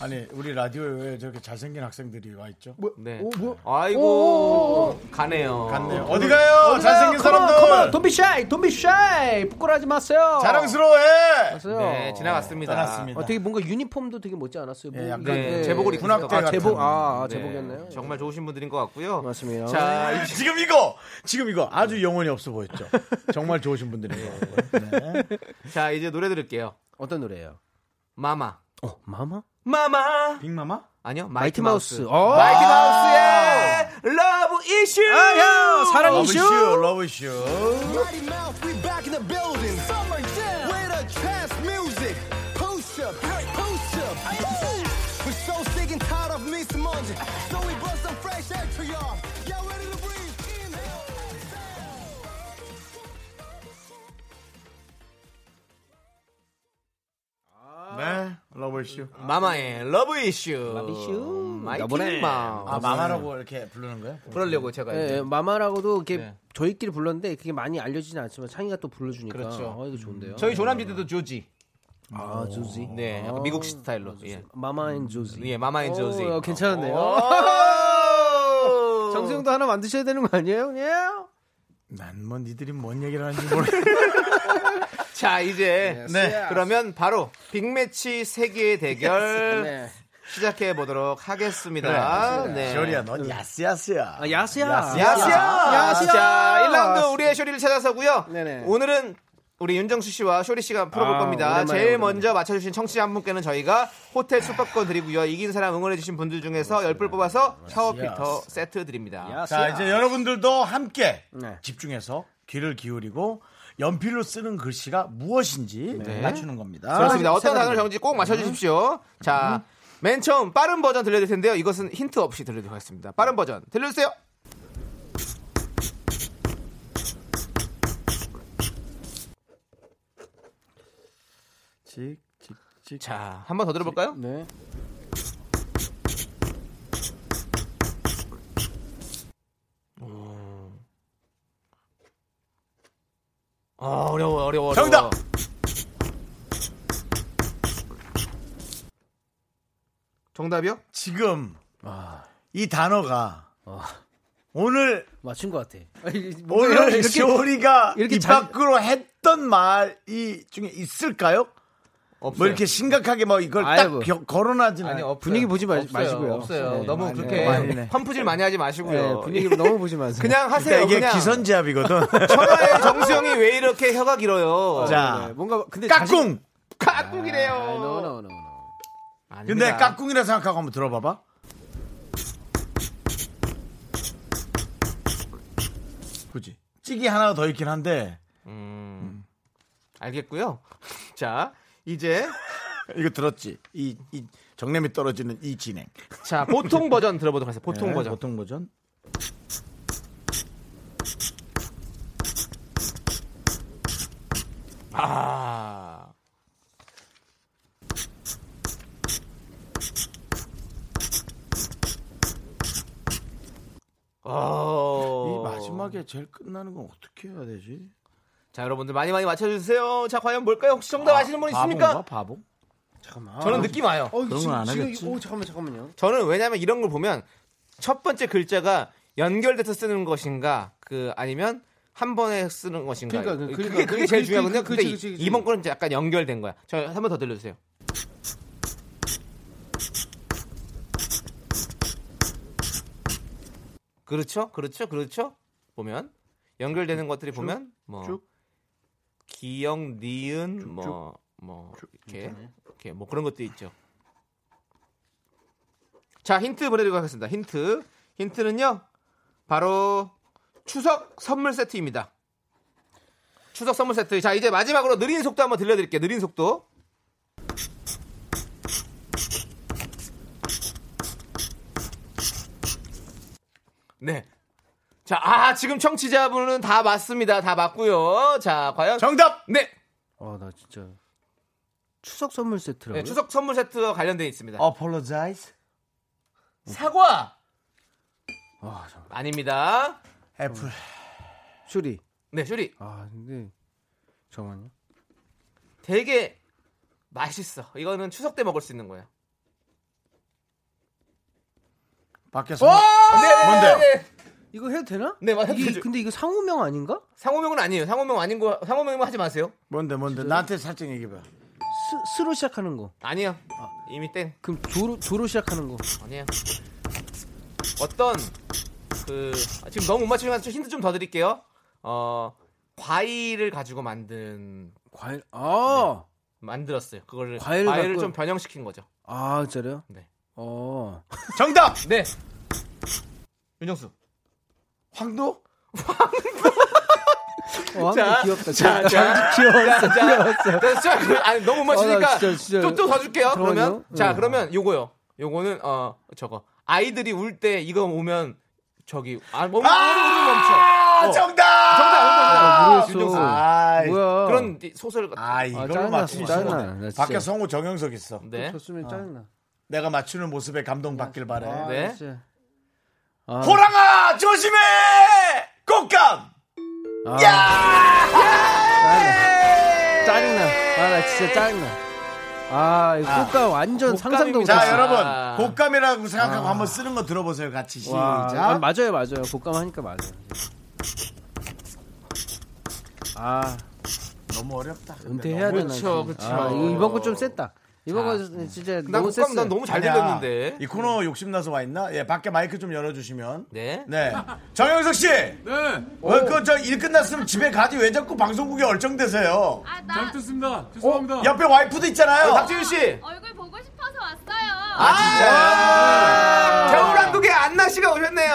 Speaker 1: 아니 우리 라디오에 왜 저렇게 잘생긴 학생들이 와 있죠?
Speaker 2: 네.
Speaker 7: 오, 뭐?
Speaker 2: 아이고
Speaker 7: 오,
Speaker 2: 가네요.
Speaker 1: 갔네요. 어디 가요? 잘생긴 사람들.
Speaker 7: Don't be shy, don't be shy. 부끄러워하지 마세요.
Speaker 1: 자랑스러워해.
Speaker 7: 맞아요.
Speaker 2: 네, 지나갔습니다.
Speaker 1: 떠났습니다.
Speaker 7: 어, 되게 뭔가 유니폼도 되게 멋지 않았어요.
Speaker 1: 예, 약간
Speaker 2: 네, 제복을 입고
Speaker 1: 군악대
Speaker 2: 있어요.
Speaker 7: 아, 제복,
Speaker 1: 같은.
Speaker 7: 아, 아,
Speaker 2: 네,
Speaker 7: 제복이었나요?
Speaker 2: 정말 좋으신 분들인 것 같고요.
Speaker 7: 맞습니다.
Speaker 2: 자,
Speaker 1: 아, 지금 이거 지금 이거 아주 영혼이 없어 보였죠. 정말 좋으신 분들이에요. 네.
Speaker 2: 자 이제 노래 들을게요.
Speaker 7: 어떤 노래예요?
Speaker 2: 마마.
Speaker 7: 어, 마마?
Speaker 2: 마마.
Speaker 1: 빅마마?
Speaker 2: 아니요.
Speaker 7: 마이티
Speaker 2: 마이티
Speaker 7: 마우스.
Speaker 2: 마우스.
Speaker 7: 어.
Speaker 2: 마이티 마우스의 러브 이슈.
Speaker 7: 야, 사랑
Speaker 1: 러브
Speaker 7: 이슈.
Speaker 1: 슈, 러브 슈.
Speaker 5: Mighty Mouth, we back in the building. Summer down. With a trance music. Push up, hey, push up. We're so sick and tired of Miss Monday. So we brought some fresh air to y'all. Y'all ready to breathe? Inhale.
Speaker 1: 네, 러브 슈.
Speaker 2: 마마의 러브 이슈.
Speaker 7: 러브 이슈.
Speaker 2: 마이티
Speaker 7: 여보네.
Speaker 2: 마우스.
Speaker 1: 아, 마마라고 이렇게 부르는 거예요?
Speaker 2: 그러려고 제가
Speaker 7: 예, 예,
Speaker 2: 이제.
Speaker 7: 마마라고도 이렇게
Speaker 2: 네.
Speaker 7: 저희끼리 불렀는데 그게 많이 알려지진 않지만 창이가 또 불러주니까.
Speaker 2: 그렇죠.
Speaker 7: 어, 이거 좋은데요.
Speaker 2: 저희 조남지대도 조지.
Speaker 7: 아, 조지.
Speaker 2: 네, 약간 미국 스타일로. 예.
Speaker 7: 마마 앤 조지.
Speaker 2: 예, 마마 인 조지. 어.
Speaker 7: 어, 괜찮은데요?
Speaker 2: 오!
Speaker 7: 정수영도 하나 만드셔야 되는 거 아니에요? 예.
Speaker 1: 난뭐 니들이 뭔 얘기를 하는지 모르겠네.
Speaker 2: 자, 이제
Speaker 1: 네.
Speaker 2: 그러면 바로 빅매치 세계의 대결
Speaker 7: 네.
Speaker 2: 시작해 보도록 하겠습니다. 네.
Speaker 1: 쇼리야, 넌 야스야스야.
Speaker 7: 아, 야스야.
Speaker 2: 야시야!
Speaker 7: 야시야!
Speaker 2: 아, 자, 1라운드 우리의 쇼리를 찾아서고요.
Speaker 7: 네네.
Speaker 2: 오늘은 우리 윤정수 씨와 쇼리 씨가 풀어볼
Speaker 7: 아,
Speaker 2: 겁니다.
Speaker 7: 오랜만에,
Speaker 2: 제일
Speaker 7: 오랜만에.
Speaker 2: 먼저 맞춰주신 청취자 한 분께는 저희가 호텔 숙박권 드리고요. 이긴 사람 응원해주신 분들 중에서 열불 뽑아서 샤워 필터 세트 드립니다.
Speaker 1: 자, 이제 여러분들도 함께
Speaker 7: 네.
Speaker 1: 집중해서 귀를 기울이고 연필로 쓰는 글씨가 무엇인지 맞추는
Speaker 7: 아,
Speaker 1: 겁니다.
Speaker 2: 그렇습니다. 어떤 단어를 정지 꼭
Speaker 7: 음.
Speaker 2: 맞춰주십시오. 자, 맨 처음 빠른 버전 들려드릴 텐데요. 이것은 힌트 없이 들려드리도록 하겠습니다. 빠른 버전 들려주세요. 자, 한 번 더 들어볼까요?
Speaker 7: 네.
Speaker 2: 아, 어려워, 어려워. 어려워.
Speaker 1: 정답!
Speaker 2: 정답이요?
Speaker 1: 지금 이 단어가 오늘
Speaker 7: 맞춘 것 같아. 어,
Speaker 1: 오늘 쇼리가
Speaker 7: 이렇게
Speaker 1: 입
Speaker 7: 잘-
Speaker 1: 밖으로 했던 말이 중에 있을까요?
Speaker 2: 없어요.
Speaker 1: 뭐 이렇게 심각하게 뭐 이걸
Speaker 7: 아이고.
Speaker 1: 딱 겨- 거론하지는
Speaker 2: 네. 아니,
Speaker 1: 않-
Speaker 2: 없어요.
Speaker 7: 분위기 보지 마-
Speaker 2: 없어요.
Speaker 7: 마시고요.
Speaker 2: 없어요.
Speaker 7: 네,
Speaker 2: 너무
Speaker 7: 많이
Speaker 2: 그렇게
Speaker 1: 많이네.
Speaker 2: 펌프질 많이 하지 마시고요. 예.
Speaker 7: 네, 분위기 너무 보지 마세요.
Speaker 2: 그냥 하세요.
Speaker 1: 이게
Speaker 2: 그냥.
Speaker 1: 기선제압이거든.
Speaker 2: 천하의 정수영이 왜 이렇게 혀가 길어요?
Speaker 1: 자,
Speaker 7: 네, 뭔가 근데
Speaker 1: 깍꿍.
Speaker 2: 깍꿍이래요.
Speaker 7: 아, 노노노노.
Speaker 1: 근데 깍꿍이라 생각하고 한번 들어봐봐. 그지. 찌개 하나 더 있긴 한데
Speaker 2: 음, 알겠고요. 자, 이제
Speaker 1: 이거 들었지. 이, 이 정념이 떨어지는 이 진행.
Speaker 2: 자 보통 버전 들어보도록 하겠습니다. 보통
Speaker 1: 네,
Speaker 2: 버전.
Speaker 1: 보통 버전.
Speaker 2: 아. 어.
Speaker 1: 이 마지막에 제일 끝나는 건 어떻게 해야 되지? 아,
Speaker 2: 자 여러분들 많이 많이 맞춰주세요. 자 과연 뭘까요? 혹시 정답 아시는 분 있습니까?
Speaker 1: 바보?
Speaker 7: 잠깐만.
Speaker 1: 아,
Speaker 2: 저는 느낌 와요.
Speaker 7: 어,
Speaker 1: 그런
Speaker 7: 지금,
Speaker 1: 건안
Speaker 7: 지금
Speaker 1: 하겠지.
Speaker 7: 오 잠깐만 잠깐만요.
Speaker 2: 저는 왜냐면 이런 걸 보면 첫 번째 글자가 연결돼서 쓰는 것인가 그 아니면 한 번에 쓰는 것인가
Speaker 7: 그러니까,
Speaker 2: 그
Speaker 7: 그러니까,
Speaker 2: 게 그게 제일
Speaker 7: 그치,
Speaker 2: 중요하거든요.
Speaker 7: 그치,
Speaker 2: 근데
Speaker 7: 그치, 그치, 그치.
Speaker 2: 이번 거는 이제 약간 연결된 거야. 저 한 번 더 들려주세요. 그렇죠, 그렇죠, 그렇죠. 보면 연결되는 것들이 보면 뭐
Speaker 1: 쭉.
Speaker 2: 기역, 니은, 뭐 뭐 이렇게 이렇게 뭐 그런 것도 있죠. 자 힌트 보내드리고 하겠습니다. 힌트 힌트는요 바로 추석 선물 세트입니다. 추석 선물 세트. 자 이제 마지막으로 느린 속도 한번 들려드릴게요. 느린 속도. 네. 자, 아, 지금 청취자분은 다 맞습니다. 다 맞고요. 자, 과연
Speaker 1: 정답.
Speaker 2: 네.
Speaker 7: 아 나 진짜 추석 선물 세트라고요?
Speaker 2: 네, 추석 선물 세트와 관련돼 있습니다.
Speaker 1: 어. Apologize.
Speaker 2: 사과. 어, 아닙니다.
Speaker 1: 애플.
Speaker 7: 슈리.
Speaker 2: 네, 쇼리.
Speaker 7: 아 근데 잠깐만요.
Speaker 2: 되게 맛있어. 이거는 추석 때 먹을 수 있는 거야.
Speaker 1: 밖에서.
Speaker 2: 네,
Speaker 1: 어! 뭔데요?
Speaker 2: 네.
Speaker 7: 이거 해도 되나?
Speaker 2: 네, 맞아요.
Speaker 7: 이게- 그
Speaker 2: 해도 되죠.
Speaker 7: 근데 이거 상호명 아닌가?
Speaker 2: 상호명은 아니에요. 상호명 아닌 거 상호명은 하지 마세요.
Speaker 1: 뭔데 뭔데. 나한테 살짝 얘기해봐.
Speaker 7: 스, 스로 시작하는 거.
Speaker 2: 아니요. 이미 땡.
Speaker 7: 그럼 조로 조로 시작하는 거.
Speaker 2: 아니에요. 어떤 그 아, 지금 너무 못 맞추니까 좀 힌트 좀 더 드릴게요. 어 과일을 가지고 만든
Speaker 7: 과일. 아.
Speaker 2: 만들었어요. 그거를 과일을,
Speaker 7: 과일을 갖고-
Speaker 2: 좀 변형시킨 거죠.
Speaker 7: 아 진짜요?
Speaker 2: 네.
Speaker 7: 어.
Speaker 1: 정답.
Speaker 2: 네. 윤정수.
Speaker 1: 황도.
Speaker 7: 어
Speaker 2: 자,
Speaker 7: 자, 귀엽다.
Speaker 2: 자,
Speaker 7: 자,
Speaker 2: 자,
Speaker 7: 귀여웠어.
Speaker 2: 자,
Speaker 7: 귀여웠어.
Speaker 2: 네, 진짜 그- 아니 너무 못
Speaker 7: 어,
Speaker 2: 맞추니까
Speaker 7: 나 진짜, 진짜.
Speaker 2: 좀 또 더 줄게요.
Speaker 7: 잠깐만요. 어.
Speaker 2: 그러면 자
Speaker 7: 응.
Speaker 2: 그러면 요거요. 요거는 어 저거 아이들이 울 때 이거 오면 저기 아 멈춰 멈춰. 어.
Speaker 1: 정답.
Speaker 2: 정답. 정답.
Speaker 7: 모르겠어.
Speaker 2: 윤정수.
Speaker 1: 아,
Speaker 7: 뭐야?
Speaker 2: 그런 소설 같은.
Speaker 1: 아
Speaker 7: 어. 아,
Speaker 1: 이걸로
Speaker 7: 짜증나,
Speaker 1: 맞추면
Speaker 7: 짜증나.
Speaker 1: 안 돼.
Speaker 7: 나 진짜.
Speaker 1: 밖에 성우 정영석 있어.
Speaker 2: 네.
Speaker 7: 줬으면 짜증나.
Speaker 1: 내가 맞추는 모습에 감동받길 바래.
Speaker 7: 아,
Speaker 2: 네.
Speaker 7: 진짜. 아,
Speaker 1: 호랑아 조심해. 꽃감.
Speaker 7: 아. 짜증나. 짜증나. 아, 나 진짜 짜증나. 아, 이거 꽃가 완전 상상도
Speaker 2: 꽃감입니다.
Speaker 7: 못했어.
Speaker 1: 자
Speaker 2: 아.
Speaker 1: 여러분 곶감이라고 생각하고 한번 쓰는 거 들어보세요 같이
Speaker 7: 아. 와,
Speaker 1: 시작.
Speaker 7: 아, 맞아요, 맞아요. 곶감 하니까 맞아요. 아,
Speaker 1: 너무 어렵다. 근데
Speaker 7: 은퇴해야
Speaker 1: 너무-
Speaker 7: 되나?
Speaker 2: 그렇죠, 그쵸,
Speaker 7: 지금.
Speaker 2: 그쵸.
Speaker 7: 아, 이거 이번 거 좀 셌다. 이번 거 진짜
Speaker 2: 난
Speaker 7: 너무
Speaker 2: 국감
Speaker 7: 셌어.
Speaker 2: 난 너무 잘
Speaker 1: 아니야.
Speaker 2: 들렸는데.
Speaker 1: 이 코너 욕심나서 와 있나? 예, 밖에 마이크 좀 열어주시면.
Speaker 2: 네.
Speaker 1: 네. 정영석 씨! 네! 어, 그, 저, 일 끝났으면 집에 가지 왜 자꾸 방송국에 얼쩡대세요?
Speaker 4: 아나
Speaker 1: 어, 옆에 와이프도 있잖아요!
Speaker 2: 박지윤 씨.
Speaker 4: 얼굴 보고 싶어서 왔어요.
Speaker 2: 아, 진짜요? 겨울왕국의 안나 씨가 오셨네요.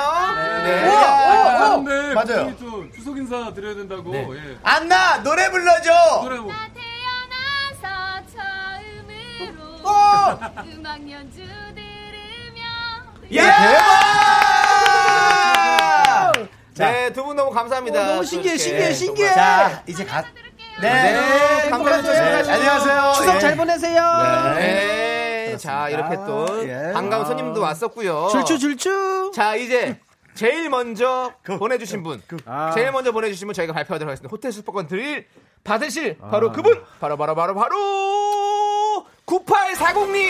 Speaker 2: 네.
Speaker 8: 아,
Speaker 1: 우와! 어, 맞아요.
Speaker 8: 네, 추석 인사 드려야 된다고.
Speaker 2: 네.
Speaker 8: 예.
Speaker 1: 안나! 노래 불러줘!
Speaker 8: 노래 뭐
Speaker 4: 나 태어나서 처음으로
Speaker 1: 어!
Speaker 4: 예! 음악 연주 들으며
Speaker 1: 예! 대박! 자.
Speaker 2: 네, 두 분 너무 감사합니다.
Speaker 7: 너무 신기해,
Speaker 2: 또 이렇게
Speaker 7: 신기해, 신기해.
Speaker 2: 정말.
Speaker 1: 네, 자, 이제 가. 네.
Speaker 2: 네, 감사합니다.
Speaker 1: 네, 안녕하세요.
Speaker 7: 추석
Speaker 1: 예.
Speaker 7: 잘 보내세요.
Speaker 2: 네. 자, 이렇게 또
Speaker 1: 예.
Speaker 2: 반가운 손님도 왔었고요.
Speaker 7: 줄추, 줄추.
Speaker 2: 자, 이제 제일 먼저
Speaker 1: 그,
Speaker 2: 보내주신 분,
Speaker 7: 아.
Speaker 2: 제일 먼저 보내주신 분 저희가 발표하도록 하겠습니다. 호텔 숙박권 드릴 받으실 바로 그분, 바로 바로 바로 바로 9840님.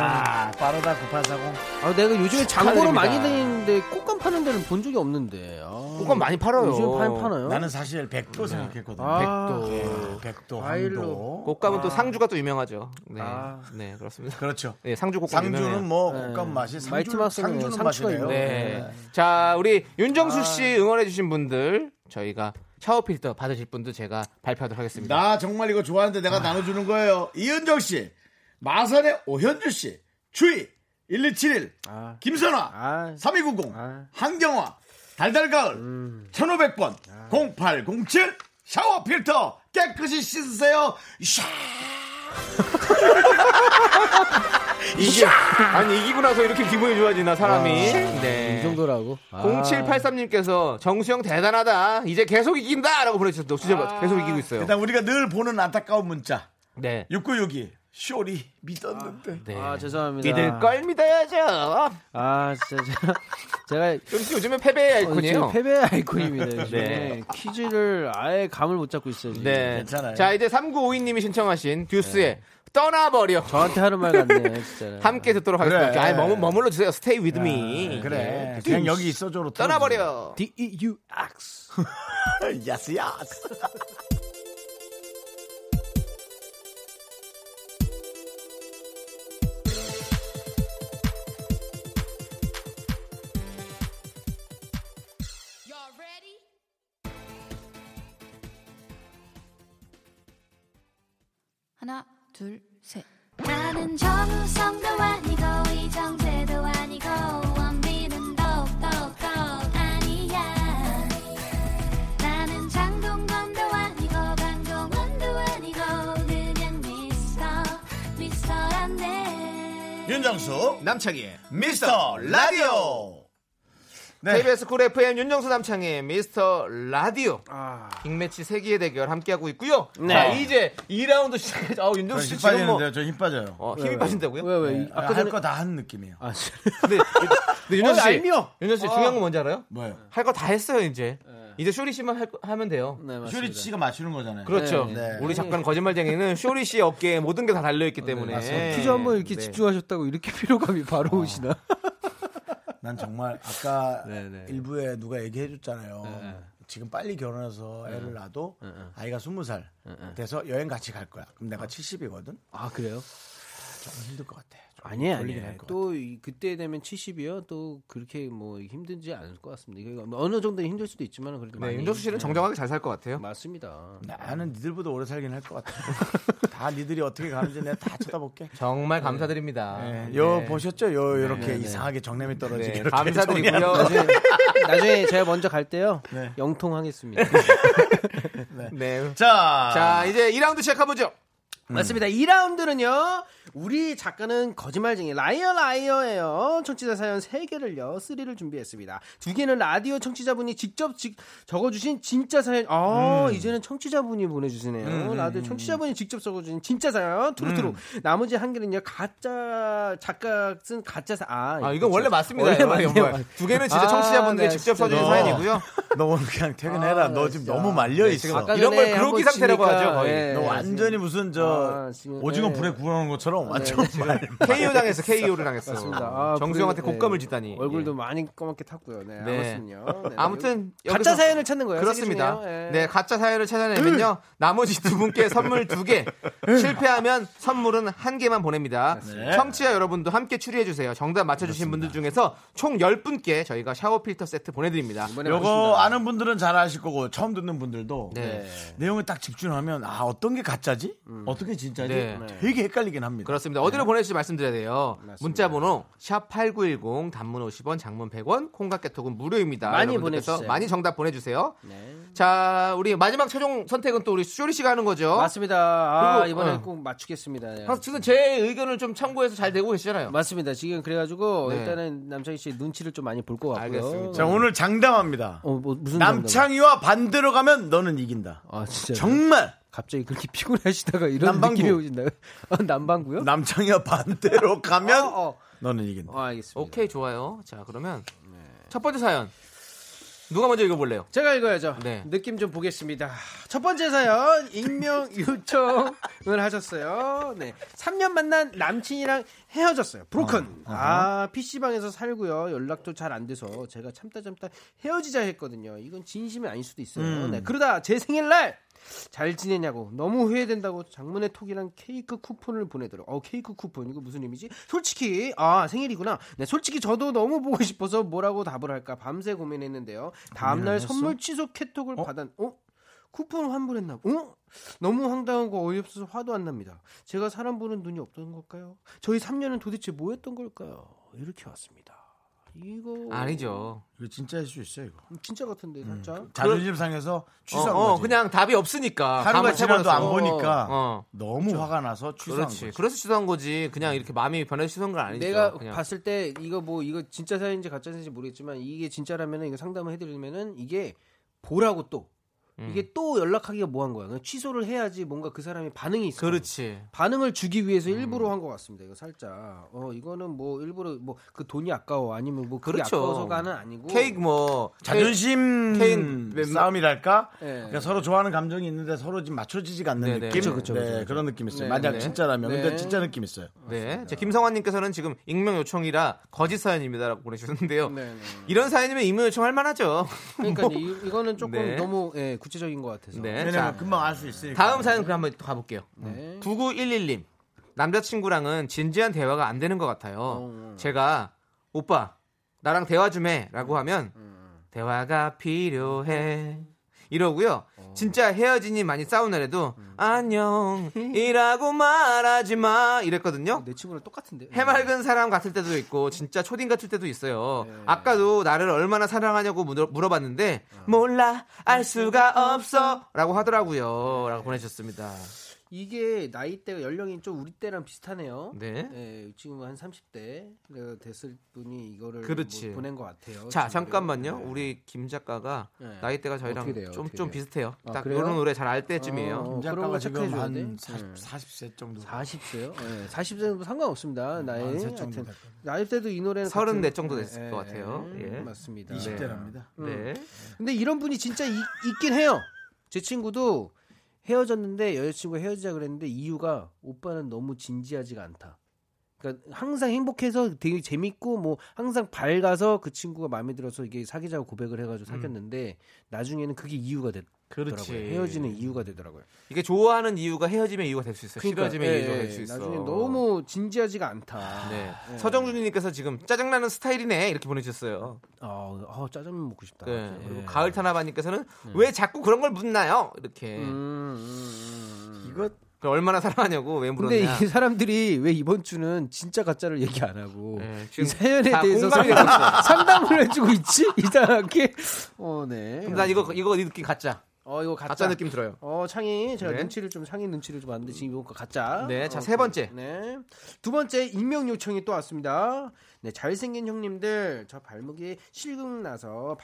Speaker 1: 아, 빠르다, 9840.
Speaker 7: 아, 내가 요즘에 장보러
Speaker 2: 축하드립니다.
Speaker 7: 많이 다니는데 꽃감 파는 데는 본 적이 없는데. 아,
Speaker 2: 그건 많이 팔아요.
Speaker 7: 요즘 파 파나요?
Speaker 1: 나는 사실 100도 생각했거든요.
Speaker 7: 아.
Speaker 1: 네. 예, 100도,
Speaker 7: 과일로.
Speaker 1: 한도.
Speaker 2: 곶감은 또 상주가 또 유명하죠. 네,
Speaker 7: 아.
Speaker 2: 네 그렇습니다.
Speaker 1: 그렇죠.
Speaker 2: 네, 상주 곶감 유명해요.
Speaker 1: 상주는 뭐 곶감 맛이
Speaker 7: 마이티
Speaker 1: 상주,
Speaker 7: 마우스는
Speaker 1: 상주는
Speaker 7: 상추가
Speaker 1: 맛이네요.
Speaker 7: 있네요.
Speaker 2: 네. 자, 우리 윤정수 씨 응원해주신 분들 저희가 샤워 필터 받으실 분들 제가 발표하도록 하겠습니다.
Speaker 1: 나 정말 이거 좋아하는데 내가 나눠주는 거예요. 이은정 씨, 마산의 오현주 씨, 추이 1271,
Speaker 7: 아.
Speaker 1: 김선화,
Speaker 7: 아.
Speaker 1: 3290,
Speaker 7: 아.
Speaker 1: 한경화, 달달가을, 1500번, 0807, 샤워 필터 깨끗이 씻으세요. 샤!
Speaker 2: 이게 아니 이기고 나서 이렇게 기분이 좋아지나 사람이. 네.
Speaker 7: 이 정도라고. 아.
Speaker 2: 0783님께서 정수영 대단하다. 이제 계속 이긴다라고 보내주셨는데 진짜 계속 이기고 있어요.
Speaker 1: 일단 우리가 늘 보는 안타까운 문자.
Speaker 2: 네.
Speaker 1: 6962, 쇼리 믿었는데.
Speaker 2: 네.
Speaker 7: 아, 죄송합니다.
Speaker 2: 믿을 걸 믿어야죠.
Speaker 7: 아, 진짜 제가, 제가
Speaker 2: 정수 씨 요즘에 패배의 아이콘이에요.
Speaker 7: 지금 어, 패배 아이콘입니다. 요즘에
Speaker 2: 네.
Speaker 7: 퀴즈를 아예 감을 못 잡고 있어요. 지금.
Speaker 2: 네.
Speaker 1: 괜찮아요.
Speaker 2: 자, 이제 3952님이 신청하신 듀스의 떠나버려.
Speaker 7: 저한테 하는 말 같네 진짜.
Speaker 2: 함께 듣도록 하겠습니다.
Speaker 1: 그래. 아,
Speaker 2: 아이, 머물, 머물러 주세요. Stay with me.
Speaker 1: 그래.
Speaker 2: 예.
Speaker 1: 그냥 여기 있어줘로
Speaker 2: 떠나버려.
Speaker 7: D E U X.
Speaker 1: 야스 야스.
Speaker 6: 하나, 둘, 셋.
Speaker 4: 나는 정우성도 아니고 이정재도 아니고 원빈은 더욱더 아니야 나는 장동건도 아니고 강동원도 아니고 그냥 미스터 미스터란데
Speaker 1: 윤정수
Speaker 2: 남창희의
Speaker 1: 미스터 라디오. 네.
Speaker 2: KBS 쿨 FM 윤정수 남창의 미스터 라디오 빅매치 세기의 대결 함께하고 있고요. 자 이제 2라운드 시작해서 아 윤정수 씨
Speaker 1: 저힘
Speaker 2: 지금 뭐
Speaker 1: 빠지는데요. 저 힘 빠져요.
Speaker 2: 어, 힘이 빠진다고요?
Speaker 7: 왜 왜? 이- 아까 그 전에
Speaker 1: 할 거 다 한 느낌이에요.
Speaker 7: 아,
Speaker 2: 네. 근데, 근데 윤정수
Speaker 7: 어,
Speaker 2: 씨,
Speaker 7: 얄미워.
Speaker 2: 윤정수 씨 중요한 건 뭔지 알아요?
Speaker 1: 뭐요?
Speaker 2: 할 거 다 했어요 이제. 이제 쇼리 씨만 할 거- 하면 돼요.
Speaker 7: 네, 맞습니다.
Speaker 1: 쇼리 씨가 맞추는 거잖아요.
Speaker 2: 그렇죠.
Speaker 1: 네.
Speaker 2: 우리 작가는 거짓말쟁이는 쇼리 씨의 어깨에 모든 게 다 달려 있기 때문에
Speaker 7: 퀴즈 한번 이렇게
Speaker 2: 네. 아.
Speaker 7: 집중하셨다고 이렇게 피로감이 바로 오시나?
Speaker 1: 난 정말 아까
Speaker 7: 네, 네.
Speaker 1: 일부에 누가 얘기해 줬잖아요. 지금 빨리 결혼해서 애를 낳아도 아이가 스무 살 돼서 여행 같이 갈 거야. 그럼 내가 70이거든.
Speaker 7: 아 그래요?
Speaker 1: 힘들 것 같아.
Speaker 7: 아니 아니.
Speaker 1: 걸리긴 할것
Speaker 7: 또 이- 그때 되면 70이요. 또 그렇게 뭐 힘든지 않을 것 같습니다. 이거 뭐 어느 정도 힘들 수도 있지만 그래도
Speaker 2: 네,
Speaker 7: 많이 네.
Speaker 2: 윤정수 씨는 정정하게 잘 살 것 같아요.
Speaker 7: 맞습니다.
Speaker 1: 나는 니들보다 오래 살긴 할 것 같아. 다 니들이 어떻게 가는지 내가 다 쳐다볼게.
Speaker 2: 정말 감사드립니다.
Speaker 1: 네.
Speaker 2: 네.
Speaker 1: 요 보셨죠? 요 이렇게 이상하게 정남이 떨어지게
Speaker 2: 네,
Speaker 1: 이렇게 정리하는
Speaker 2: 감사드리고요. 네.
Speaker 7: 나중에, 나중에 제가 먼저 갈 때요.
Speaker 1: 네.
Speaker 7: 영통하겠습니다.
Speaker 2: 네.
Speaker 7: 아.
Speaker 1: 자,
Speaker 2: 자, 이제 2라운드 시작해보죠.
Speaker 7: 음. 맞습니다. 2라운드는요. 우리 작가는 거짓말쟁이 라이어 라이어예요. 청취자 사연 3개를요. 3를 준비했습니다. 2개는 라디오 청취자분이 직접 직- 적어주신 진짜 사연. 아
Speaker 2: 음.
Speaker 7: 이제는 청취자분이 보내주시네요. 라디오 청취자분이 직접 적어주신 진짜 사연. 투루투루.
Speaker 2: 음.
Speaker 7: 나머지 한 개는요. 가짜 작가 쓴 가짜 사연. 아,
Speaker 2: 아,
Speaker 7: 이거
Speaker 2: 이건 원래 맞습니다.
Speaker 7: 원래
Speaker 2: 이건
Speaker 7: 맞네요.
Speaker 2: 정말. 두 개는 진짜
Speaker 7: 아,
Speaker 2: 청취자분들이
Speaker 7: 네,
Speaker 2: 직접
Speaker 7: 진짜.
Speaker 2: 써주신
Speaker 1: 너.
Speaker 2: 사연이고요.
Speaker 1: 너 오늘 그냥 퇴근해라.
Speaker 7: 아,
Speaker 1: 너
Speaker 7: 나
Speaker 1: 지금
Speaker 7: 진짜.
Speaker 1: 너무 말려
Speaker 2: 네, 지금
Speaker 1: 있어.
Speaker 2: 아까- 이런 네, 걸
Speaker 7: 전에
Speaker 2: 그로기
Speaker 7: 한번
Speaker 2: 상태라고
Speaker 7: 치니까, 예,
Speaker 2: 하죠, 거의.
Speaker 1: 너 완전히 무슨 저
Speaker 7: 아, 지금-
Speaker 1: 오징어
Speaker 7: 네.
Speaker 1: 불에 구워놓은 것처럼 완전 말.
Speaker 2: KO 당했어, KO를 당했어.
Speaker 7: 맞습니다. 아,
Speaker 2: 정수영한테
Speaker 7: 그래,
Speaker 2: 곡감을
Speaker 7: 네.
Speaker 2: 짓다니. 예.
Speaker 7: 얼굴도 많이 검게 탔고요. 네,
Speaker 2: 네.
Speaker 7: 아무튼요. 네,
Speaker 2: 아무튼
Speaker 7: 가짜
Speaker 2: 여기서-
Speaker 7: 사연을 찾는 거예요. 음!
Speaker 2: 그렇습니다.
Speaker 7: 세계 중에요. 예.
Speaker 2: 네, 가짜 사연을 찾아내면요. 나머지 두 분께 선물 두 개.
Speaker 7: 음!
Speaker 2: 실패하면 선물은 한 개만 보냅니다. 청취자 여러분도 함께 추리해 주세요. 정답 맞춰 주신 분들 중에서 총 10분께 저희가 샤워 필터 세트 보내 드립니다.
Speaker 7: 이번에
Speaker 1: 요거 아는 분들은 잘 아실 거고 처음 듣는 분들도
Speaker 2: 네.
Speaker 1: 내용에 딱 집중하면 아 어떤 게 가짜지? 어떻게 진짜지?
Speaker 2: 네.
Speaker 1: 되게 헷갈리긴 합니다.
Speaker 2: 그렇습니다. 어디로 보내실지 말씀드려야 돼요. 문자 번호 샵 8910 단문 50원, 장문 100원, 콩깍 개톡은 무료입니다.
Speaker 7: 많이
Speaker 2: 여러분들께서
Speaker 7: 보내주세요.
Speaker 2: 많이 정답 보내 주세요.
Speaker 7: 네.
Speaker 2: 자, 우리 마지막 최종 선택은 또 우리 쇼리 씨가 하는 거죠.
Speaker 7: 맞습니다. 아,
Speaker 2: 어? 그리고,
Speaker 7: 이번에
Speaker 2: 어. 아,
Speaker 7: 꼭 맞추겠습니다. 네.
Speaker 2: 항상 제 의견을 좀 참고해서 잘 되고 계시잖아요.
Speaker 7: 맞습니다. 지금 그래가지고
Speaker 2: 네.
Speaker 7: 일단은 남창희 씨 눈치를 좀 많이 볼 것 같고요.
Speaker 2: 알겠습니다.
Speaker 1: 자 오늘 장담합니다.
Speaker 7: 어, 뭐, 무슨 장담?
Speaker 1: 남창희와 반대로 가면 너는 이긴다.
Speaker 7: 아 진짜
Speaker 1: 정말
Speaker 7: 갑자기 그렇게 피곤하시다가 이런
Speaker 1: 남방구.
Speaker 7: 느낌이 오신다. 어, 남방구요?
Speaker 1: 남창희와 반대로 가면
Speaker 7: 어, 어.
Speaker 1: 너는 이긴다.
Speaker 7: 어, 알겠습니다.
Speaker 2: 오케이 좋아요. 자 그러면 첫 번째 사연 누가 먼저 읽어볼래요?
Speaker 7: 제가 읽어야죠.
Speaker 2: 네.
Speaker 7: 느낌 좀 보겠습니다. 첫 번째 사연, 익명 요청을 하셨어요. 네. 3년 만난 남친이랑 헤어졌어요. 브로큰. 아, PC방에서 살고요. 연락도 잘 안 돼서 제가 참다 참다 헤어지자 했거든요. 이건 진심이 아닐 수도 있어요.
Speaker 2: 음.
Speaker 7: 네. 그러다 제 생일날! 잘 지내냐고 너무 후회된다고 장문의 톡이랑 케이크 쿠폰을 보내더라고. 어 케이크 쿠폰 이거 무슨 의미지? 솔직히 아 생일이구나. 네 솔직히 저도 너무 보고 싶어서 뭐라고 답을 할까 밤새 고민했는데요. 다음날 선물 취소 캐톡을 받았. 어 쿠폰 환불했나? 어? 너무 황당하고 어이없어서 화도 안 납니다. 제가 사람 보는 눈이 없던 걸까요? 저희 3년은 도대체 뭐였던 걸까요? 이렇게 왔습니다. 이거
Speaker 2: 아니죠.
Speaker 1: 이거 진짜일 수 있어 이거.
Speaker 7: 진짜 같은데 살짝.
Speaker 1: 자존심 상해서 취소한
Speaker 2: 어, 어,
Speaker 1: 거지.
Speaker 2: 그냥 답이 없으니까
Speaker 1: 하루가
Speaker 2: 감을
Speaker 1: 지나도 안
Speaker 2: 해버렸어.
Speaker 1: 보니까
Speaker 2: 어.
Speaker 1: 너무 화가 나서 취소한
Speaker 2: 그렇지.
Speaker 1: 거지.
Speaker 2: 그래서 취소한 거지. 그냥 이렇게 마음이 변해서 취소한 건 아니죠.
Speaker 7: 내가
Speaker 2: 그냥.
Speaker 7: 봤을 때 이거 뭐 이거 진짜 사연인지 가짜 사연인지 모르겠지만 이게 진짜라면은 이거 상담을 해드리면은 이게 보라고 또
Speaker 2: 음.
Speaker 7: 이게 또 연락하기가 뭐한 거야. 그냥 취소를 해야지 뭔가 그 사람이 반응이 있어.
Speaker 2: 그렇지. 음.
Speaker 7: 반응을 주기 위해서 일부러 한 것 같습니다. 이거 살짝. 어 이거는 뭐 일부러 뭐 그 돈이 아까워 아니면 뭐 그게
Speaker 2: 그렇죠.
Speaker 7: 아까워서가는 아니고.
Speaker 2: 케이크 뭐
Speaker 1: 자존심
Speaker 2: 케인 웬만-
Speaker 1: 싸움이랄까?
Speaker 7: 그 예.
Speaker 1: 그러니까 서로 좋아하는 감정이 있는데 서로 지금 맞춰지지가 않는
Speaker 2: 네네.
Speaker 1: 느낌?
Speaker 2: 그쵸,
Speaker 7: 그쵸,
Speaker 1: 네,
Speaker 7: 그쵸, 그쵸.
Speaker 1: 그런 느낌 있어요.
Speaker 7: 네,
Speaker 1: 만약
Speaker 7: 네.
Speaker 1: 진짜라면.
Speaker 7: 네.
Speaker 1: 근데 진짜 느낌 있어요.
Speaker 2: 네. 자, 김성환님께서는 지금 익명 요청이라 거짓 사연입니다라고 보내주셨는데요.
Speaker 7: 네, 네.
Speaker 2: 이런 사연이면 익명 요청할 만하죠.
Speaker 7: 그러니까 이, 거는 조금
Speaker 2: 뭐. 네.
Speaker 7: 너무 예, 구체적인 것 같아서.
Speaker 2: 네.
Speaker 1: 왜냐면
Speaker 2: 자,
Speaker 1: 금방 알 수 있으니까.
Speaker 2: 다음 사연 그럼 한번 또 가볼게요.
Speaker 7: 네.
Speaker 2: 9911님 남자친구랑은 진지한 대화가 안 되는 것 같아요.
Speaker 7: 어.
Speaker 2: 제가 오빠 나랑 대화 좀 해라고 하면
Speaker 7: 음.
Speaker 2: 대화가 필요해 이러고요. 진짜 헤어지니 많이 싸운 날에도
Speaker 7: 음.
Speaker 2: 안녕이라고 말하지 마 이랬거든요.
Speaker 7: 내 친구랑 똑같은데.
Speaker 2: 해맑은 사람 같을 때도 있고 진짜 초딩 같을 때도 있어요.
Speaker 7: 예.
Speaker 2: 아까도 나를 얼마나 사랑하냐고 물어- 물어봤는데 몰라 알 수가 없어라고 하더라고요. 라고 보내셨습니다.
Speaker 7: 이게 나이대가 연령이 좀 우리 때랑 비슷하네요.
Speaker 2: 네.
Speaker 7: 예, 지금 한 30대 됐을 분이 이거를
Speaker 2: 그렇지.
Speaker 7: 뭐 보낸 것 같아요.
Speaker 2: 자
Speaker 7: 친구를.
Speaker 2: 잠깐만요.
Speaker 7: 네.
Speaker 2: 우리 김 작가가
Speaker 7: 네.
Speaker 2: 나이대가
Speaker 7: 어떻게 돼요?
Speaker 2: 저희랑 좀
Speaker 7: 어떻게
Speaker 2: 좀
Speaker 7: 돼요?
Speaker 2: 비슷해요.
Speaker 7: 아,
Speaker 2: 딱
Speaker 7: 그래요?
Speaker 2: 이런 노래 잘 알 때쯤이에요.
Speaker 7: 어, 그런
Speaker 1: 작가가
Speaker 7: 거
Speaker 1: 지금
Speaker 7: 체크해줘야
Speaker 1: 한
Speaker 7: 돼. 네.
Speaker 1: 40, 40세 정도.
Speaker 7: 40세요? 네, 40세는 상관없습니다. 나이.
Speaker 1: 아, 셋 정도
Speaker 7: 하여튼
Speaker 1: 될 겁니다.
Speaker 7: 나이 때도 이 노래는
Speaker 2: 음, 서른넷
Speaker 7: 같은-
Speaker 2: 정도
Speaker 7: 예,
Speaker 2: 됐을
Speaker 7: 예,
Speaker 2: 것 같아요. 예.
Speaker 7: 맞습니다.
Speaker 1: 20대랍니다.
Speaker 7: 아, 음.
Speaker 2: 네.
Speaker 7: 근데 이런 분이 진짜 있, 긴 해요. 제 친구도 헤어졌는데 여자친구 헤어지자 그랬는데 이유가 오빠는 너무 진지하지가 않다. 그러니까 항상 행복해서 되게 재밌고 뭐 항상 밝아서 그 친구가 마음에 들어서 이게 사귀자고 고백을 해가지고 사귀었는데 나중에는 그게 이유가 됐더라고요.
Speaker 2: 음. 그렇지.
Speaker 7: 헤어지는 이유가 되더라고요.
Speaker 2: 이게 좋아하는 이유가 헤어짐의 이유가 될 수 있어요. 싫어짐의
Speaker 7: 예,
Speaker 2: 이유가
Speaker 7: 예,
Speaker 2: 될 수 있어.
Speaker 7: 나중에 너무 아, 예. 진지하지가 않다.
Speaker 2: 네. 서정준님께서 지금 짜증나는 스타일이네 이렇게 보내주셨어요.
Speaker 7: 아, 아, 짜장면 먹고 싶다.
Speaker 2: 네.
Speaker 7: 예.
Speaker 2: 그리고 가을 탄압하님께서는 왜 자꾸 그런 걸 묻나요? 이렇게
Speaker 7: 음, 음, 음.
Speaker 1: 이거
Speaker 2: 그 얼마나 사랑하냐고 왜 물었냐?
Speaker 7: 근데 이 사람들이 왜 이번 주는 진짜 가짜를 얘기 안 하고
Speaker 2: 네,
Speaker 7: 이
Speaker 2: 지금
Speaker 7: 사연에
Speaker 2: 다
Speaker 7: 대해서
Speaker 2: 공감이 되고 있어.
Speaker 7: 상담, 을 해주고 있지 이상하게 어네
Speaker 2: 근데 난 이거 이거 네 느낌 가짜.
Speaker 7: 어 이거 가짜,
Speaker 2: 가짜 느낌 들어요.
Speaker 7: 어 창이 제가
Speaker 2: 네.
Speaker 7: 눈치를 좀 창이 눈치를 좀 봤는데 지금 이거 가짜
Speaker 2: 네, 자,
Speaker 7: 어,
Speaker 2: 세 번째.
Speaker 7: 네. 두 번째 익명 요청이 또 왔습니다 네 잘생긴 형님들 저 발목이 실금 나서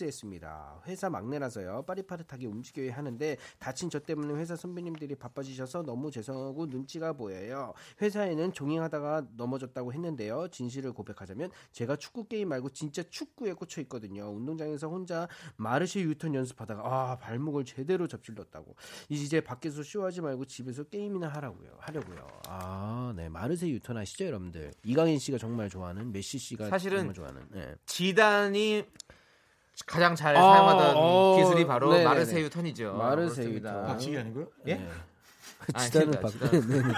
Speaker 7: 반깁스했습니다 회사 막내라서요 빠릿빠릿하게 움직여야 하는데 다친 저 때문에 회사 선배님들이 바빠지셔서 너무 죄송하고 눈치가 보여요 회사에는 종행하다가 넘어졌다고 했는데요 진실을 고백하자면 제가 축구 게임 말고 진짜 축구에 꽂혀 있거든요 운동장에서 혼자 마르쉐 유턴 연습하다가 아 발목을 제대로 접질렀다고 이제 밖에서 쇼하지 말고 집에서 게임이나 하라고요. 하려고요. 아, 네. 마르세 유턴 아시죠, 여러분들? 이강인 씨가 정말 좋아하는 메시 씨가
Speaker 2: 사실은
Speaker 7: 정말 좋아하는. 네.
Speaker 2: 지단이 가장 잘
Speaker 7: 아,
Speaker 2: 사용하던
Speaker 7: 어,
Speaker 2: 기술이 바로
Speaker 7: 네네네.
Speaker 2: 마르세유 턴이죠.
Speaker 7: 마르세유
Speaker 2: 아, 그렇습니다.
Speaker 7: 턴.
Speaker 1: 박치기 아니고요?
Speaker 7: 네.
Speaker 2: 예? 아니,
Speaker 7: 지단은
Speaker 2: 지단,
Speaker 7: 박.
Speaker 2: 지단.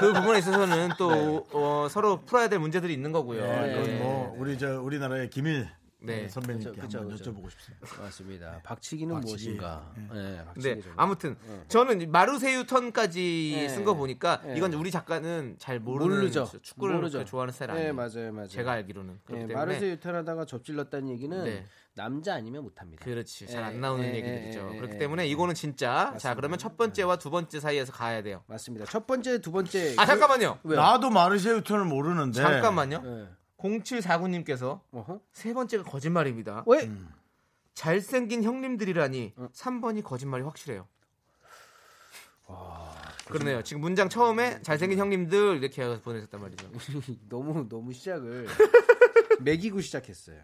Speaker 2: 그 부분에 있어서는 또 어, 서로 풀어야 될 문제들이 있는 거고요.
Speaker 1: 아,
Speaker 2: 네.
Speaker 1: 이건 뭐 우리 저 우리나라의 김일
Speaker 2: 네.
Speaker 1: 선배님께
Speaker 7: 그쵸,
Speaker 1: 한번
Speaker 7: 그쵸.
Speaker 1: 여쭤보고 싶어요.
Speaker 7: 맞습니다. 박치기는
Speaker 1: 박치기.
Speaker 7: 무엇인가? 네. 박치기
Speaker 2: 네,
Speaker 7: 정말.
Speaker 2: 아무튼 저는 마르세유 턴까지
Speaker 7: 네.
Speaker 2: 쓴 거 보니까
Speaker 7: 네.
Speaker 2: 이건 우리 작가는 잘 모르는
Speaker 7: 모르죠.
Speaker 2: 축구를
Speaker 7: 모르죠.
Speaker 2: 그렇게 좋아하는 스타일
Speaker 7: 네,
Speaker 2: 아니에요.
Speaker 7: 맞아요. 맞아요.
Speaker 2: 제가 알기로는 그렇기
Speaker 7: 네,
Speaker 2: 때문에
Speaker 7: 마르세 유턴하다가 접질렀다는 얘기는
Speaker 2: 네. 그렇죠.
Speaker 7: 남자 아니면 못 합니다.
Speaker 2: 그렇지 잘
Speaker 7: 예,
Speaker 2: 안 나오는
Speaker 7: 예,
Speaker 2: 얘기들이죠.
Speaker 7: 예, 예,
Speaker 2: 그렇기
Speaker 7: 예.
Speaker 2: 때문에 이거는 진짜 자 그러면 첫
Speaker 7: 네.
Speaker 2: 번째와 두 번째 사이에서 가야 돼요.
Speaker 7: 맞습니다. 첫 번째, 두 번째. 그,
Speaker 2: 아 잠깐만요.
Speaker 7: 왜요?
Speaker 1: 나도 마르쉐유턴을 모르는데.
Speaker 2: 잠깐만요.
Speaker 7: 네.
Speaker 2: 0749님께서
Speaker 7: 어허. 음,
Speaker 2: 세 번째가 거짓말입니다.
Speaker 7: 왜?
Speaker 2: 잘생긴 형님들이라니
Speaker 7: 어.
Speaker 2: 3번이 거짓말이 확실해요. 그러네요. 지금 문장 처음에 잘생긴 형님들 이렇게 해서 보내셨단 말이죠.
Speaker 7: 너무 너무 시작을 매기고 시작했어요.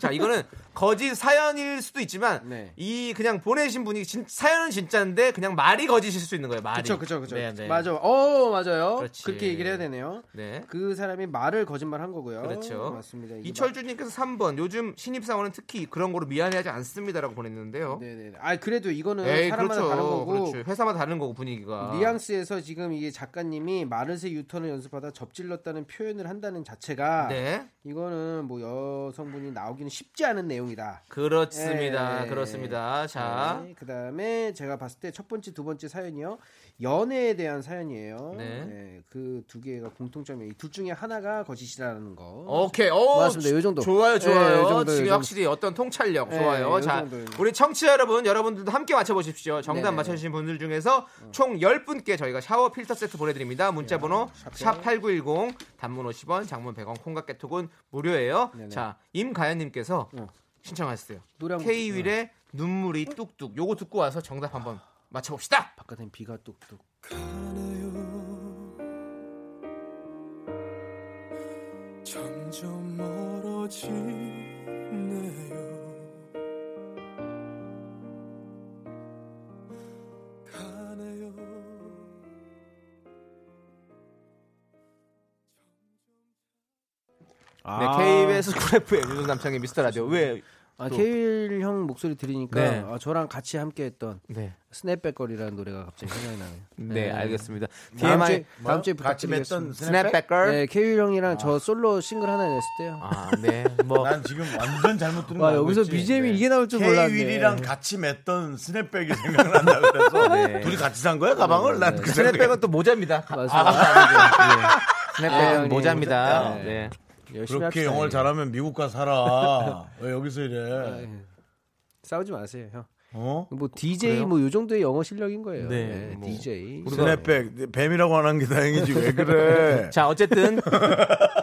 Speaker 2: 자, 이거는 거짓 사연일 수도 있지만
Speaker 7: 네.
Speaker 2: 이 그냥 보내신 분이 진- 사연은 진짜인데 그냥 말이 거짓일 수 있는 거예요. 말이.
Speaker 7: 그쵸 그쵸 그쵸
Speaker 2: 네, 네.
Speaker 7: 맞아 어 맞아요
Speaker 2: 그렇지.
Speaker 7: 그렇게 얘기를 해야 되네요
Speaker 2: 네.
Speaker 7: 그 사람이 말을 거짓말한 거고요
Speaker 2: 그렇죠.
Speaker 7: 맞습니다 이게
Speaker 2: 이철주님께서 3번 요즘 신입사원은 특히 그런 거로 미안해하지 않습니다라고 보냈는데요.
Speaker 7: 막- 네네네 아 그래도 이거는
Speaker 2: 에이,
Speaker 7: 사람마다
Speaker 2: 그렇죠. 아.
Speaker 7: 다른 거고
Speaker 2: 그렇죠. 회사마다 다른 거고 분위기가.
Speaker 7: 뉘앙스에서 지금 이게 작가님이 마르세 유턴을 연습하다 접질렀다는 표현을 한다는 자체가
Speaker 2: 네.
Speaker 7: 이거는 뭐 여성분이 나오기는 쉽지 않은 내용이다
Speaker 2: 그렇습니다.
Speaker 7: 예.
Speaker 2: 그렇습니다. 자.
Speaker 7: 그 다음에 제가 봤을 때 첫 번째, 두 번째 사연이요. 연애에 대한 사연이에요.
Speaker 2: 네.
Speaker 7: 그 두 개가 공통점이에요. 이둘 중에 하나가 거짓이라는 거.
Speaker 1: 어?
Speaker 2: 오케이. 오,
Speaker 7: 맞습니다. 요 정도.
Speaker 2: 좋아요,
Speaker 7: 예, 요
Speaker 2: 좋아요.
Speaker 7: 정도, 요
Speaker 2: 지금
Speaker 7: 정도.
Speaker 2: 확실히 어떤 통찰력
Speaker 7: 예,
Speaker 2: 좋아요.
Speaker 7: 요
Speaker 2: 자,
Speaker 7: 정도, 요 정도.
Speaker 2: 우리 청취자 여러분, 여러분들도 함께 맞춰보십시오. 정답
Speaker 7: 네네.
Speaker 2: 맞춰주신 분들 중에서 총 10분께 저희가 샤워 필터 세트 보내드립니다.
Speaker 7: 예,
Speaker 2: 문자번호 샵8910, 단문 50원, 장문 100원, 콩과 깨톡은 무료예요. 자, 임가연님께서 신청하셨어요.
Speaker 7: 어. 노래 한곡
Speaker 2: K윌의 눈물이 뚝뚝 요거 듣고 와서 정답 한번 맞춰봅시다.
Speaker 7: 바깥엔 비가 뚝뚝.
Speaker 5: 점점 멀어지네요. 가네요.
Speaker 1: 아.
Speaker 2: 네, KBS 쿨 FM 윤정 남창의 미스터 라디오 왜?
Speaker 7: 아,
Speaker 2: 또-
Speaker 7: 케일 형 목소리 들으니까
Speaker 2: 네.
Speaker 7: 아, 저랑 같이 함께했던
Speaker 2: 네,
Speaker 7: 스냅백걸이라는 노래가 갑자기 생각이 나네요.
Speaker 2: 네,
Speaker 7: 네.
Speaker 2: 알겠습니다.
Speaker 7: 다음
Speaker 2: TMI
Speaker 7: 주에 다음 주에
Speaker 1: 뭐 같이 맺던
Speaker 7: 부탁드리겠습니다.
Speaker 1: 스냅백? 아.
Speaker 2: 스냅백걸.
Speaker 7: 네, 케일 형이랑 저 솔로 싱글 하나 냈을 때요.
Speaker 2: 아, 네, 뭐
Speaker 1: 난 지금 완전 잘못 들은 거
Speaker 7: 와
Speaker 1: 알고
Speaker 7: 여기서
Speaker 1: 있지?
Speaker 7: BGM이
Speaker 1: 네.
Speaker 7: 이게 나올 줄 몰랐네.
Speaker 1: K-윌이랑 같이 맸던 스냅백이 생각난다 그래서
Speaker 2: 네.
Speaker 1: 둘이 같이 산 거야
Speaker 7: 네,
Speaker 1: 가방을 난 그
Speaker 2: 스냅백은 또 모자입니다. 아,
Speaker 7: 맞아.
Speaker 2: 네. 스냅백은
Speaker 7: 형님,
Speaker 2: 모자입니다.
Speaker 7: 모자.
Speaker 2: 네.
Speaker 1: 그렇게 영어를
Speaker 7: 네.
Speaker 1: 잘하면 미국 가 살아 왜 여기서 이래
Speaker 7: 네. 싸우지 마세요, 형.
Speaker 1: 어
Speaker 7: 뭐 DJ 뭐 요 정도의 영어 실력인 거예요. 네,
Speaker 2: 뭐.
Speaker 7: DJ.
Speaker 1: 스냅백 뱀이라고 안 한 게 다행이지 왜 그래
Speaker 2: 자, 어쨌든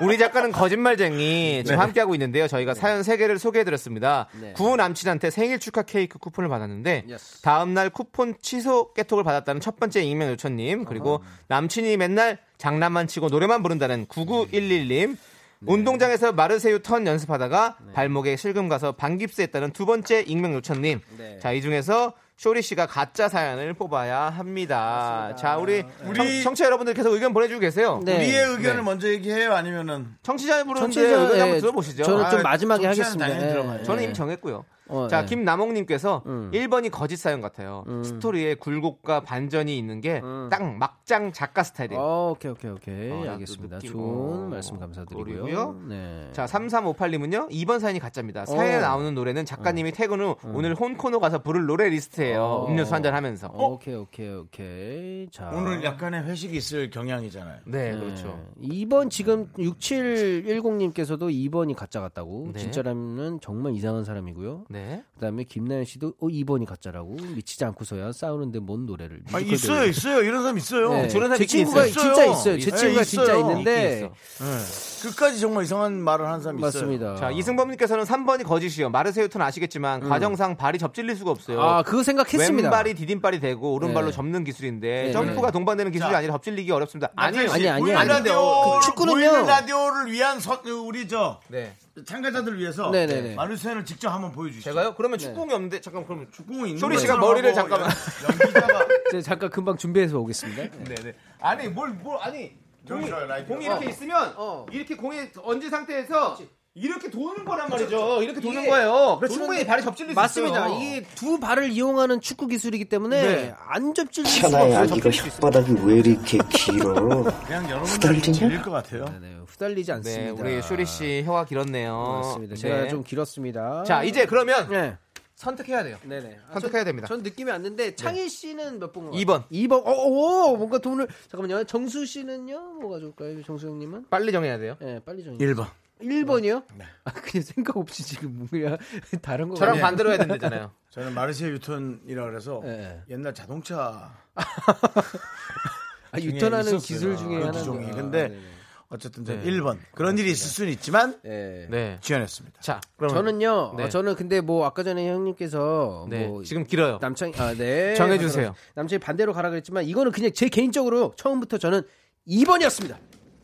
Speaker 2: 우리 작가는 거짓말쟁이 지금 함께하고 있는데요. 저희가 사연 3개를 소개해드렸습니다.
Speaker 7: 네.
Speaker 2: 구 남친한테 생일 축하 케이크 쿠폰을 받았는데
Speaker 7: Yes.
Speaker 2: 다음날 쿠폰 취소 깨톡을 받았다는 첫 번째 익명 요청님 그리고 남친이 맨날 장난만 치고 노래만 부른다는 9911님
Speaker 7: 네.
Speaker 2: 운동장에서 마르세유 턴 연습하다가 발목에 실금 가서 반깁스했다는 두 번째 익명 요청님
Speaker 7: 네.
Speaker 2: 자 이 중에서 쇼리 씨가 가짜 사연을 뽑아야 합니다. 자 우리
Speaker 1: 우리-
Speaker 2: 청, 취자 여러분들 계속 의견 보내주고 계세요.
Speaker 7: 네.
Speaker 1: 우리의 의견을
Speaker 2: 네.
Speaker 1: 먼저 얘기해요 아니면은
Speaker 2: 청취자 분들
Speaker 7: 청취자,
Speaker 2: 의견 한번
Speaker 7: 예,
Speaker 2: 들어보시죠.
Speaker 7: 저는 좀
Speaker 1: 아,
Speaker 7: 마지막에
Speaker 1: 정치하는
Speaker 7: 하겠습니다.
Speaker 1: 당연히
Speaker 7: 예.
Speaker 1: 들어가요.
Speaker 2: 저는 이미 정했고요.
Speaker 7: 어,
Speaker 2: 자,
Speaker 7: 예.
Speaker 2: 김남옥님께서
Speaker 7: 음.
Speaker 2: 1번이 거짓 사연 같아요. 스토리에 굴곡과 반전이 있는 게 딱 막장 작가 스타일이에요.
Speaker 7: 음. 어, 오케이 오케이 오케이
Speaker 2: 어,
Speaker 7: 알겠습니다.
Speaker 2: 느낌.
Speaker 7: 좋은
Speaker 2: 어,
Speaker 7: 말씀 감사드리고요.
Speaker 2: 그리고요.
Speaker 7: 네.
Speaker 2: 자, 3358님은요, 2번 사연이 가짜입니다. 사연에
Speaker 7: 어. 음.
Speaker 2: 나오는 노래는 작가님이 퇴근 후 오늘 혼코노 가서 부를 노래 리스트예요.
Speaker 7: 어.
Speaker 2: 음료수 한잔 하면서. 어?
Speaker 7: 오케이 오케이 오케이. 자.
Speaker 1: 오늘 약간의 회식이 있을 경향이잖아요
Speaker 7: 음,
Speaker 2: 네, 그렇죠.
Speaker 7: 예. 2번 지금 6710님께서도 2번이 가짜 같다고.
Speaker 2: 네.
Speaker 7: 진짜라면 정말 이상한 사람이고요.
Speaker 2: 네.
Speaker 7: 그다음에 김나연 씨도 어 2번이 가짜라고 미치지 않고서야 싸우는데 뭔 노래를.
Speaker 1: 아
Speaker 7: 뮤지컬
Speaker 1: 있어요
Speaker 7: 노래를.
Speaker 1: 있어요 이런 사람 있어요
Speaker 7: 네.
Speaker 2: 저런 사람
Speaker 7: 제
Speaker 2: 있긴
Speaker 7: 친구가
Speaker 1: 있어요.
Speaker 7: 진짜 있어요. 제
Speaker 1: 있어요.
Speaker 7: 친구가 진짜
Speaker 1: 있어요.
Speaker 7: 있는데
Speaker 2: 네, 있긴 있어.
Speaker 1: 네. 끝까지 정말 이상한 말을 하는 사람 있어요
Speaker 7: 맞습니다.
Speaker 2: 자, 이승범님께서는 3번이 거짓이요. 마르세유톤 아시겠지만, 과정상 발이 접질릴 수가 없어요.
Speaker 7: 음. 아 그거 생각했습니다.
Speaker 2: 왼발이 디딤발이 되고 오른발로
Speaker 7: 네.
Speaker 2: 접는 기술인데
Speaker 7: 네,
Speaker 2: 점프가
Speaker 7: 네.
Speaker 2: 동반되는 기술이
Speaker 1: 자.
Speaker 2: 아니라 접질리기 어렵습니다.
Speaker 1: 남창희 씨,
Speaker 7: 아니, 아니,
Speaker 1: 보이는
Speaker 7: 아니.
Speaker 1: 라디오
Speaker 7: 그
Speaker 1: 축구는요.
Speaker 7: 축구는요.
Speaker 1: 보이는 라디오를 위한 선- 우리 저
Speaker 2: 네.
Speaker 1: 참가자들 위해서
Speaker 7: 네네네.
Speaker 1: 마루세를 직접 한번 보여주시죠.
Speaker 2: 제가요? 그러면
Speaker 7: 네.
Speaker 2: 축구공이 없는데 잠깐 그러면 축-
Speaker 1: 축구공 있는
Speaker 2: 쇼리
Speaker 1: 거
Speaker 2: 씨가
Speaker 1: 사람하고
Speaker 2: 머리를 잠깐만.
Speaker 1: 연- 연기자가
Speaker 7: 제가 잠깐 금방 준비해서 오겠습니다. 네.
Speaker 2: 네네. 아니 뭘 뭘 아니 공이,
Speaker 1: 정수야, 라이트.
Speaker 2: 공이 이렇게 있으면
Speaker 7: 어.
Speaker 2: 이렇게 공에 얹은 상태에서 이렇게 도는 거란 말이죠. 이렇게 도는 거예요. 그래서 충분히 발이 접질릴
Speaker 7: 맞습니다.
Speaker 2: 수 있어요.
Speaker 7: 이게 두 발을 이용하는 축구 기술이기 때문에
Speaker 2: 네.
Speaker 7: 안 접질 수가
Speaker 9: 천하야
Speaker 7: 없어요.
Speaker 9: 이거 혓바닥이 왜 이렇게 길어
Speaker 1: 그냥 여러분들
Speaker 9: 후달리냐?
Speaker 1: 질릴 것 같아요.
Speaker 7: 네, 후달리지 않습니다.
Speaker 2: 네, 우리 쇼리 씨 혀가 길었네요.
Speaker 7: 맞습니다. 제가
Speaker 2: 네.
Speaker 7: 좀 길었습니다.
Speaker 2: 자, 이제 그러면
Speaker 7: 네,
Speaker 2: 선택해야 돼요.
Speaker 7: 네네. 아,
Speaker 2: 선택해야 됩니다.
Speaker 7: 전 느낌이 왔는데 창희 씨는 몇 번?
Speaker 2: 2번.
Speaker 7: 2번. 오, 오, 뭔가 돈을 잠깐만요. 정수 씨는요? 뭐가 좋을까요? 정수 형님은?
Speaker 2: 빨리 정해야 돼요.
Speaker 7: 네, 빨리 정해.
Speaker 1: 1번. 어,
Speaker 7: 1번이요?
Speaker 1: 네.
Speaker 7: 아, 그냥 생각 없이 지금 뭐야 다른 거.
Speaker 2: 저랑
Speaker 7: 같네.
Speaker 2: 반대로 해야 된다잖아요.
Speaker 1: 저는 마르세 유턴이라 그래서
Speaker 7: 네.
Speaker 1: 옛날 자동차
Speaker 7: 아, 유턴하는
Speaker 1: 있었어요.
Speaker 7: 기술 중에 아,
Speaker 1: 그
Speaker 7: 하나.
Speaker 1: 기종이. 근데 어쨌든 저는 1번. 그런 일이 있을 수는 있지만
Speaker 7: 네.
Speaker 2: 네.
Speaker 1: 지원했습니다.
Speaker 2: 자,
Speaker 7: 저는요.
Speaker 2: 네.
Speaker 7: 어, 저는 근데 뭐 아까 전에 형님께서
Speaker 2: 네.
Speaker 7: 뭐
Speaker 2: 지금 길어요.
Speaker 7: 남창이 아, 네.
Speaker 2: 정해주세요.
Speaker 7: 하도록 하겠습니다. 남창이 반대로 가라 그랬지만 이거는 그냥 제 개인적으로 처음부터 저는 2번이었습니다.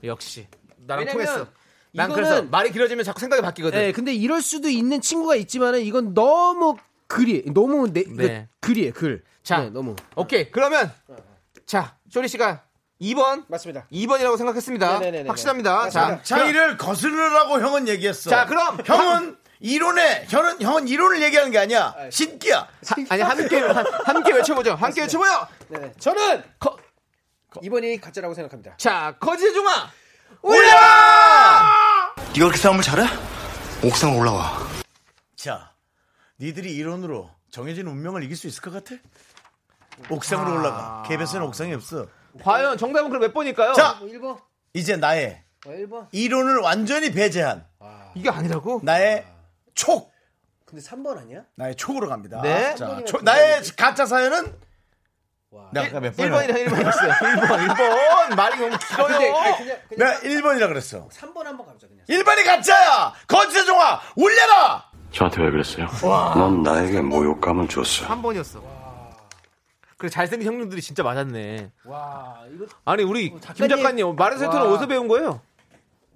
Speaker 2: 역시 나랑
Speaker 7: 왜냐면
Speaker 2: 통했어. 난
Speaker 7: 이거는-
Speaker 2: 그래서 말이 길어지면 자꾸 생각이 바뀌거든.
Speaker 7: 네, 근데 이럴 수도 있는 친구가 있지만은 이건 너무 글이 너무 내그
Speaker 2: 네.
Speaker 7: 글이에요, 글.
Speaker 2: 자.
Speaker 7: 네, 너무.
Speaker 2: 오케이 그러면 자 쇼리 씨가 2번
Speaker 7: 어, 맞습니다.
Speaker 2: 2번이라고 생각했습니다.
Speaker 7: 네네네네.
Speaker 2: 확실합니다. 자,
Speaker 1: 창의를 거스르라고 형은 얘기했어.
Speaker 2: 자, 그럼
Speaker 1: 형은 이론에 형은 형은 이론을 얘기하는 게 아니야. 신기야.
Speaker 2: 하, 아니 함께 한- 함께 외쳐보죠. 함께 외쳐보요.
Speaker 7: 네. 저는
Speaker 2: 거-
Speaker 7: 2번이 가짜라고 생각합니다.
Speaker 2: 자 거지의 종아
Speaker 9: 네가 그렇게 싸움을 잘해? 옥상 올라와
Speaker 1: 자, 니들이 이론으로 정해진 운명을 이길 수 있을 것 같아? 옥상으로 올라가. KBS는 옥상이 없어.
Speaker 2: 과연 정답은 그럼 몇 번일까요?
Speaker 1: 자,
Speaker 7: 1번. 어,
Speaker 1: 이제 나의
Speaker 7: 1번.
Speaker 1: 이론을 완전히 배제한
Speaker 2: 이게 아니라고?
Speaker 1: 나의 촉,
Speaker 7: 근데 3번 아니야?
Speaker 1: 나의 촉으로 갑니다.
Speaker 2: 네.
Speaker 1: 자, 촉- 나의 가짜 사연은 내가 아까
Speaker 7: 네,
Speaker 1: 몇 번?
Speaker 2: 1번이랑 1번이었어요. 1번 1번 말이 너무 길어요.
Speaker 7: 그냥 그냥
Speaker 1: 내가 1번이라 그랬어.
Speaker 7: 3번 한번 가보자 그냥.
Speaker 1: 1번이 가짜야! 거짓의 종아! 울려라!
Speaker 10: 저한테 왜 그랬어요?
Speaker 9: 넌 나에게 모욕감을 줬어.
Speaker 2: 한 번이었어. 그래 잘생긴 형님들이 진짜 맞았네.
Speaker 7: 와 이거
Speaker 2: 아니 우리 김
Speaker 7: 어, 작가님.
Speaker 2: 작가님 마르세토는
Speaker 7: 와.
Speaker 2: 어디서 배운 거예요?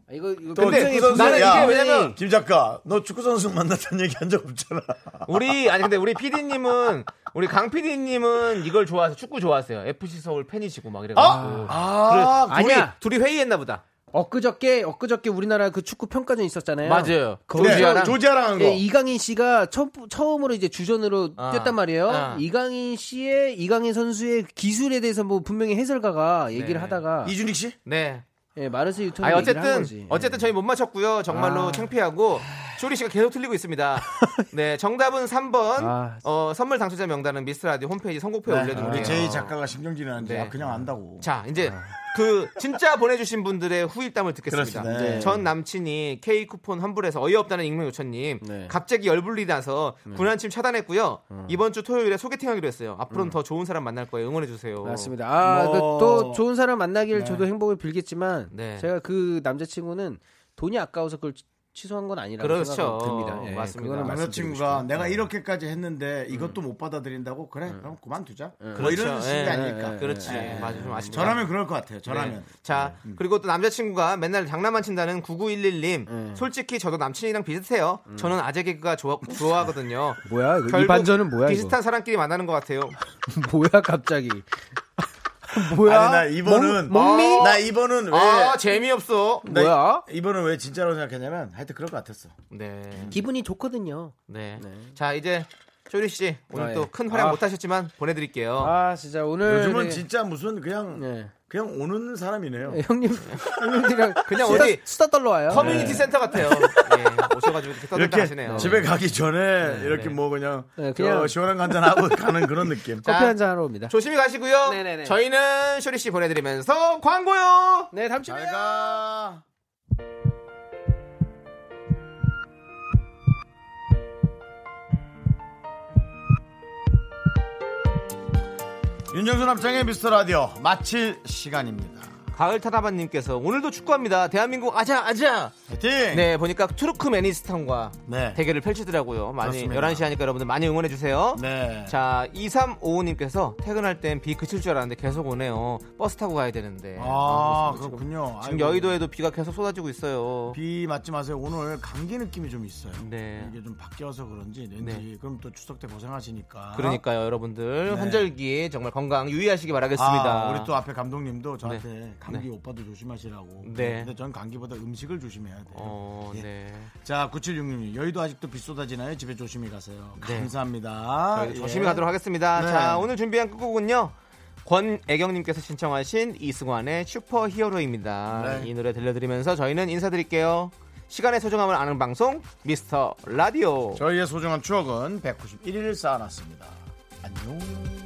Speaker 7: 아, 이거 이거
Speaker 1: 또
Speaker 2: 근데
Speaker 1: 축구 선수
Speaker 2: 나는
Speaker 1: 야,
Speaker 2: 이게 왜냐면
Speaker 1: 김 작가 너 축구 선수 만났다는 얘기 한 적 없잖아.
Speaker 2: 우리 아니 근데 우리 PD님은 우리 강 PD님은 이걸 좋아하세요. 축구 좋아하세요. FC 서울 팬이시고 막 이래가지고.
Speaker 1: 아,
Speaker 2: 그래, 둘이,
Speaker 7: 아니야.
Speaker 2: 둘이 회의했나 보다.
Speaker 7: 엊그저께 엊그저께 우리나라 그 축구 평가전 있었잖아요.
Speaker 2: 맞아요.
Speaker 7: 거기서
Speaker 2: 조지아랑-
Speaker 1: 조지아랑 한 거.
Speaker 7: 예, 이강인 씨가 처음, 처음으로 이제 주전으로
Speaker 2: 아,
Speaker 7: 뛰었단 말이에요.
Speaker 2: 아.
Speaker 7: 이강인 씨의 이강인 선수의 기술에 대해서 뭐 분명히 해설가가 얘기를
Speaker 2: 네.
Speaker 7: 하다가
Speaker 1: 이준익 씨?
Speaker 2: 네.
Speaker 7: 예, 마르세 유턴
Speaker 2: 아니
Speaker 7: 얘기를 한
Speaker 2: 어쨌든
Speaker 7: 거지.
Speaker 2: 어쨌든 저희 못 맞췄고요. 정말로
Speaker 7: 아.
Speaker 2: 창피하고 쇼리 씨가 계속 틀리고 있습니다. 네, 정답은 3번.
Speaker 7: 아.
Speaker 2: 어, 선물 당첨자 명단은 미스 라디오 홈페이지 선곡표에 올려둘게요.
Speaker 1: 우리 제이 작가가 신경질이는데
Speaker 2: 네.
Speaker 1: 아, 그냥 안다고.
Speaker 2: 자, 이제
Speaker 7: 아.
Speaker 2: 그 진짜 보내주신 분들의 후일담을 듣겠습니다.
Speaker 1: 그렇습니다. 네.
Speaker 2: 전 남친이 K 쿠폰 환불해서 어이없다는 익명 요천님
Speaker 7: 네. 어.
Speaker 2: 갑자기 열불이 나서 군한침 차단했고요. 이번 주 토요일에 소개팅하기로 했어요. 앞으로는 더 좋은 사람 만날 거예요. 응원해 주세요.
Speaker 7: 음. 맞습니다. 아,
Speaker 1: 뭐. 네.
Speaker 7: 그 또 좋은 사람 만나길 저도 행복을 빌겠지만
Speaker 2: 네.
Speaker 7: 제가 그 남자친구는 돈이 아까워서 그걸 취- 취소한 건 아니라고
Speaker 2: 그렇죠.
Speaker 7: 생각이 듭니다. 예,
Speaker 2: 맞습니다.
Speaker 7: 그거는 말씀드리고 싶어요.
Speaker 1: 아, 남자친구가
Speaker 2: 네.
Speaker 1: 내가 이렇게까지 했는데 이것도 못 받아들인다고 그래 그럼 그만두자. 뭐
Speaker 2: 음. 그렇죠.
Speaker 1: 이런
Speaker 2: 예,
Speaker 1: 식이
Speaker 2: 예,
Speaker 7: 네.
Speaker 1: 아닐까.
Speaker 2: 그렇지.
Speaker 1: 예.
Speaker 2: 맞아 좀 아쉽다.
Speaker 1: 저라면 그럴 것 같아요. 저라면.
Speaker 2: 네. 자,
Speaker 7: 음.
Speaker 2: 그리고 또 남자친구가 맨날 장난만 친다는 9911님.
Speaker 7: 네.
Speaker 2: 솔직히 저도 남친이랑 비슷해요. 저는 아재 개그가 좋아, 좋아하거든요.
Speaker 7: 음. 뭐야? 이거 이
Speaker 2: 결국
Speaker 7: 반전은 뭐야? 이거?
Speaker 2: 비슷한 사람끼리 만나는 것 같아요.
Speaker 7: 뭐야 갑자기? 뭐야?
Speaker 1: 아니 나 이번은
Speaker 7: 멍- 멍미?
Speaker 1: 나 이번은 왜
Speaker 2: 아, 재미없어.
Speaker 1: 나 이-
Speaker 7: 뭐야?
Speaker 1: 이번은 왜 진짜로 생각했냐면 하여튼 그럴 것 같았어.
Speaker 2: 네.
Speaker 7: 기분이 좋거든요.
Speaker 2: 네. 자, 이제 쇼리 씨 오늘
Speaker 7: 아, 예.
Speaker 2: 또 큰 활약
Speaker 7: 아.
Speaker 2: 못 하셨지만 보내 드릴게요.
Speaker 7: 아 진짜
Speaker 2: 네,
Speaker 7: 오늘
Speaker 1: 요즘은
Speaker 7: 되게-
Speaker 1: 진짜 무슨 그냥
Speaker 7: 네.
Speaker 1: 그냥 오는 사람이네요.
Speaker 7: 형님 형님들이랑
Speaker 2: 그냥
Speaker 7: 수다,
Speaker 2: 어디-
Speaker 7: 수다 떨러 와요. 네.
Speaker 2: 커뮤니티 센터 같아요. 예. 오셔 가지고 이렇게 떠들다
Speaker 1: 네. 이렇게
Speaker 2: 하시네요.
Speaker 1: 집에 가기 전에 이렇게 뭐 그냥,
Speaker 7: 네, 그냥-
Speaker 1: 저 시원한 거 한잔 하고 가는 그런 느낌.
Speaker 7: 커피 한 잔 하러 옵니다.
Speaker 2: 조심히 가시고요.
Speaker 7: 네네네.
Speaker 2: 저희는 쇼리 씨 보내 드리면서 광고요.
Speaker 7: 네 다음 주에 요
Speaker 1: 잘가. 윤정수 남창의 미스터 라디오 마칠 시간입니다.
Speaker 2: 가을 타다바님께서 오늘도 축구합니다. 대한민국 아자 아자.
Speaker 1: 파이팅!
Speaker 2: 네 보니까 투르크메니스탄과
Speaker 1: 네.
Speaker 2: 대결을 펼치더라고요. 많이
Speaker 1: 그렇습니다.
Speaker 2: 11시 하니까 여러분들 많이 응원해 주세요.
Speaker 1: 네.
Speaker 2: 자 2355님께서 퇴근할 땐 비 그칠 줄 알았는데 계속 오네요. 버스 타고 가야 되는데.
Speaker 1: 아,
Speaker 2: 그래서 지금-
Speaker 1: 그렇군요.
Speaker 2: 네, 지금
Speaker 1: 아이고.
Speaker 2: 여의도에도 비가 계속 쏟아지고 있어요.
Speaker 1: 비 맞지 마세요. 오늘 감기 느낌이 좀 있어요.
Speaker 2: 네.
Speaker 1: 이게 좀 바뀌어서 그런지 왠지
Speaker 2: 네.
Speaker 1: 그럼 또 추석 때 고생하시니까.
Speaker 2: 아. 그러니까요,
Speaker 1: 네.
Speaker 2: 여러분들 환절기에 정말 건강 유의하시기 바라겠습니다.
Speaker 1: 아, 우리 또 앞에 감독님도 저한테 감기 오빠도 조심하시라고.
Speaker 2: 네.
Speaker 1: 근데 전 감기보다 음식을 조심해야 돼요.
Speaker 2: 어,
Speaker 1: 예.
Speaker 2: 네.
Speaker 1: 자, 9766님. 여의도 아직도 비 쏟아지나요? 집에 조심히 가세요.
Speaker 2: 네.
Speaker 1: 감사합니다.
Speaker 2: 저희도
Speaker 1: 예.
Speaker 2: 조심히 가도록 하겠습니다.
Speaker 1: 네.
Speaker 2: 자, 오늘 준비한 끝곡은요. 권애경님께서 신청하신 이승환의 슈퍼 히어로입니다.
Speaker 1: 네.
Speaker 2: 이 노래 들려드리면서 저희는 인사드릴게요. 시간의 소중함을 아는 방송, 미스터 라디오.
Speaker 1: 저희의 소중한 추억은 191일 쌓아놨습니다. 안녕.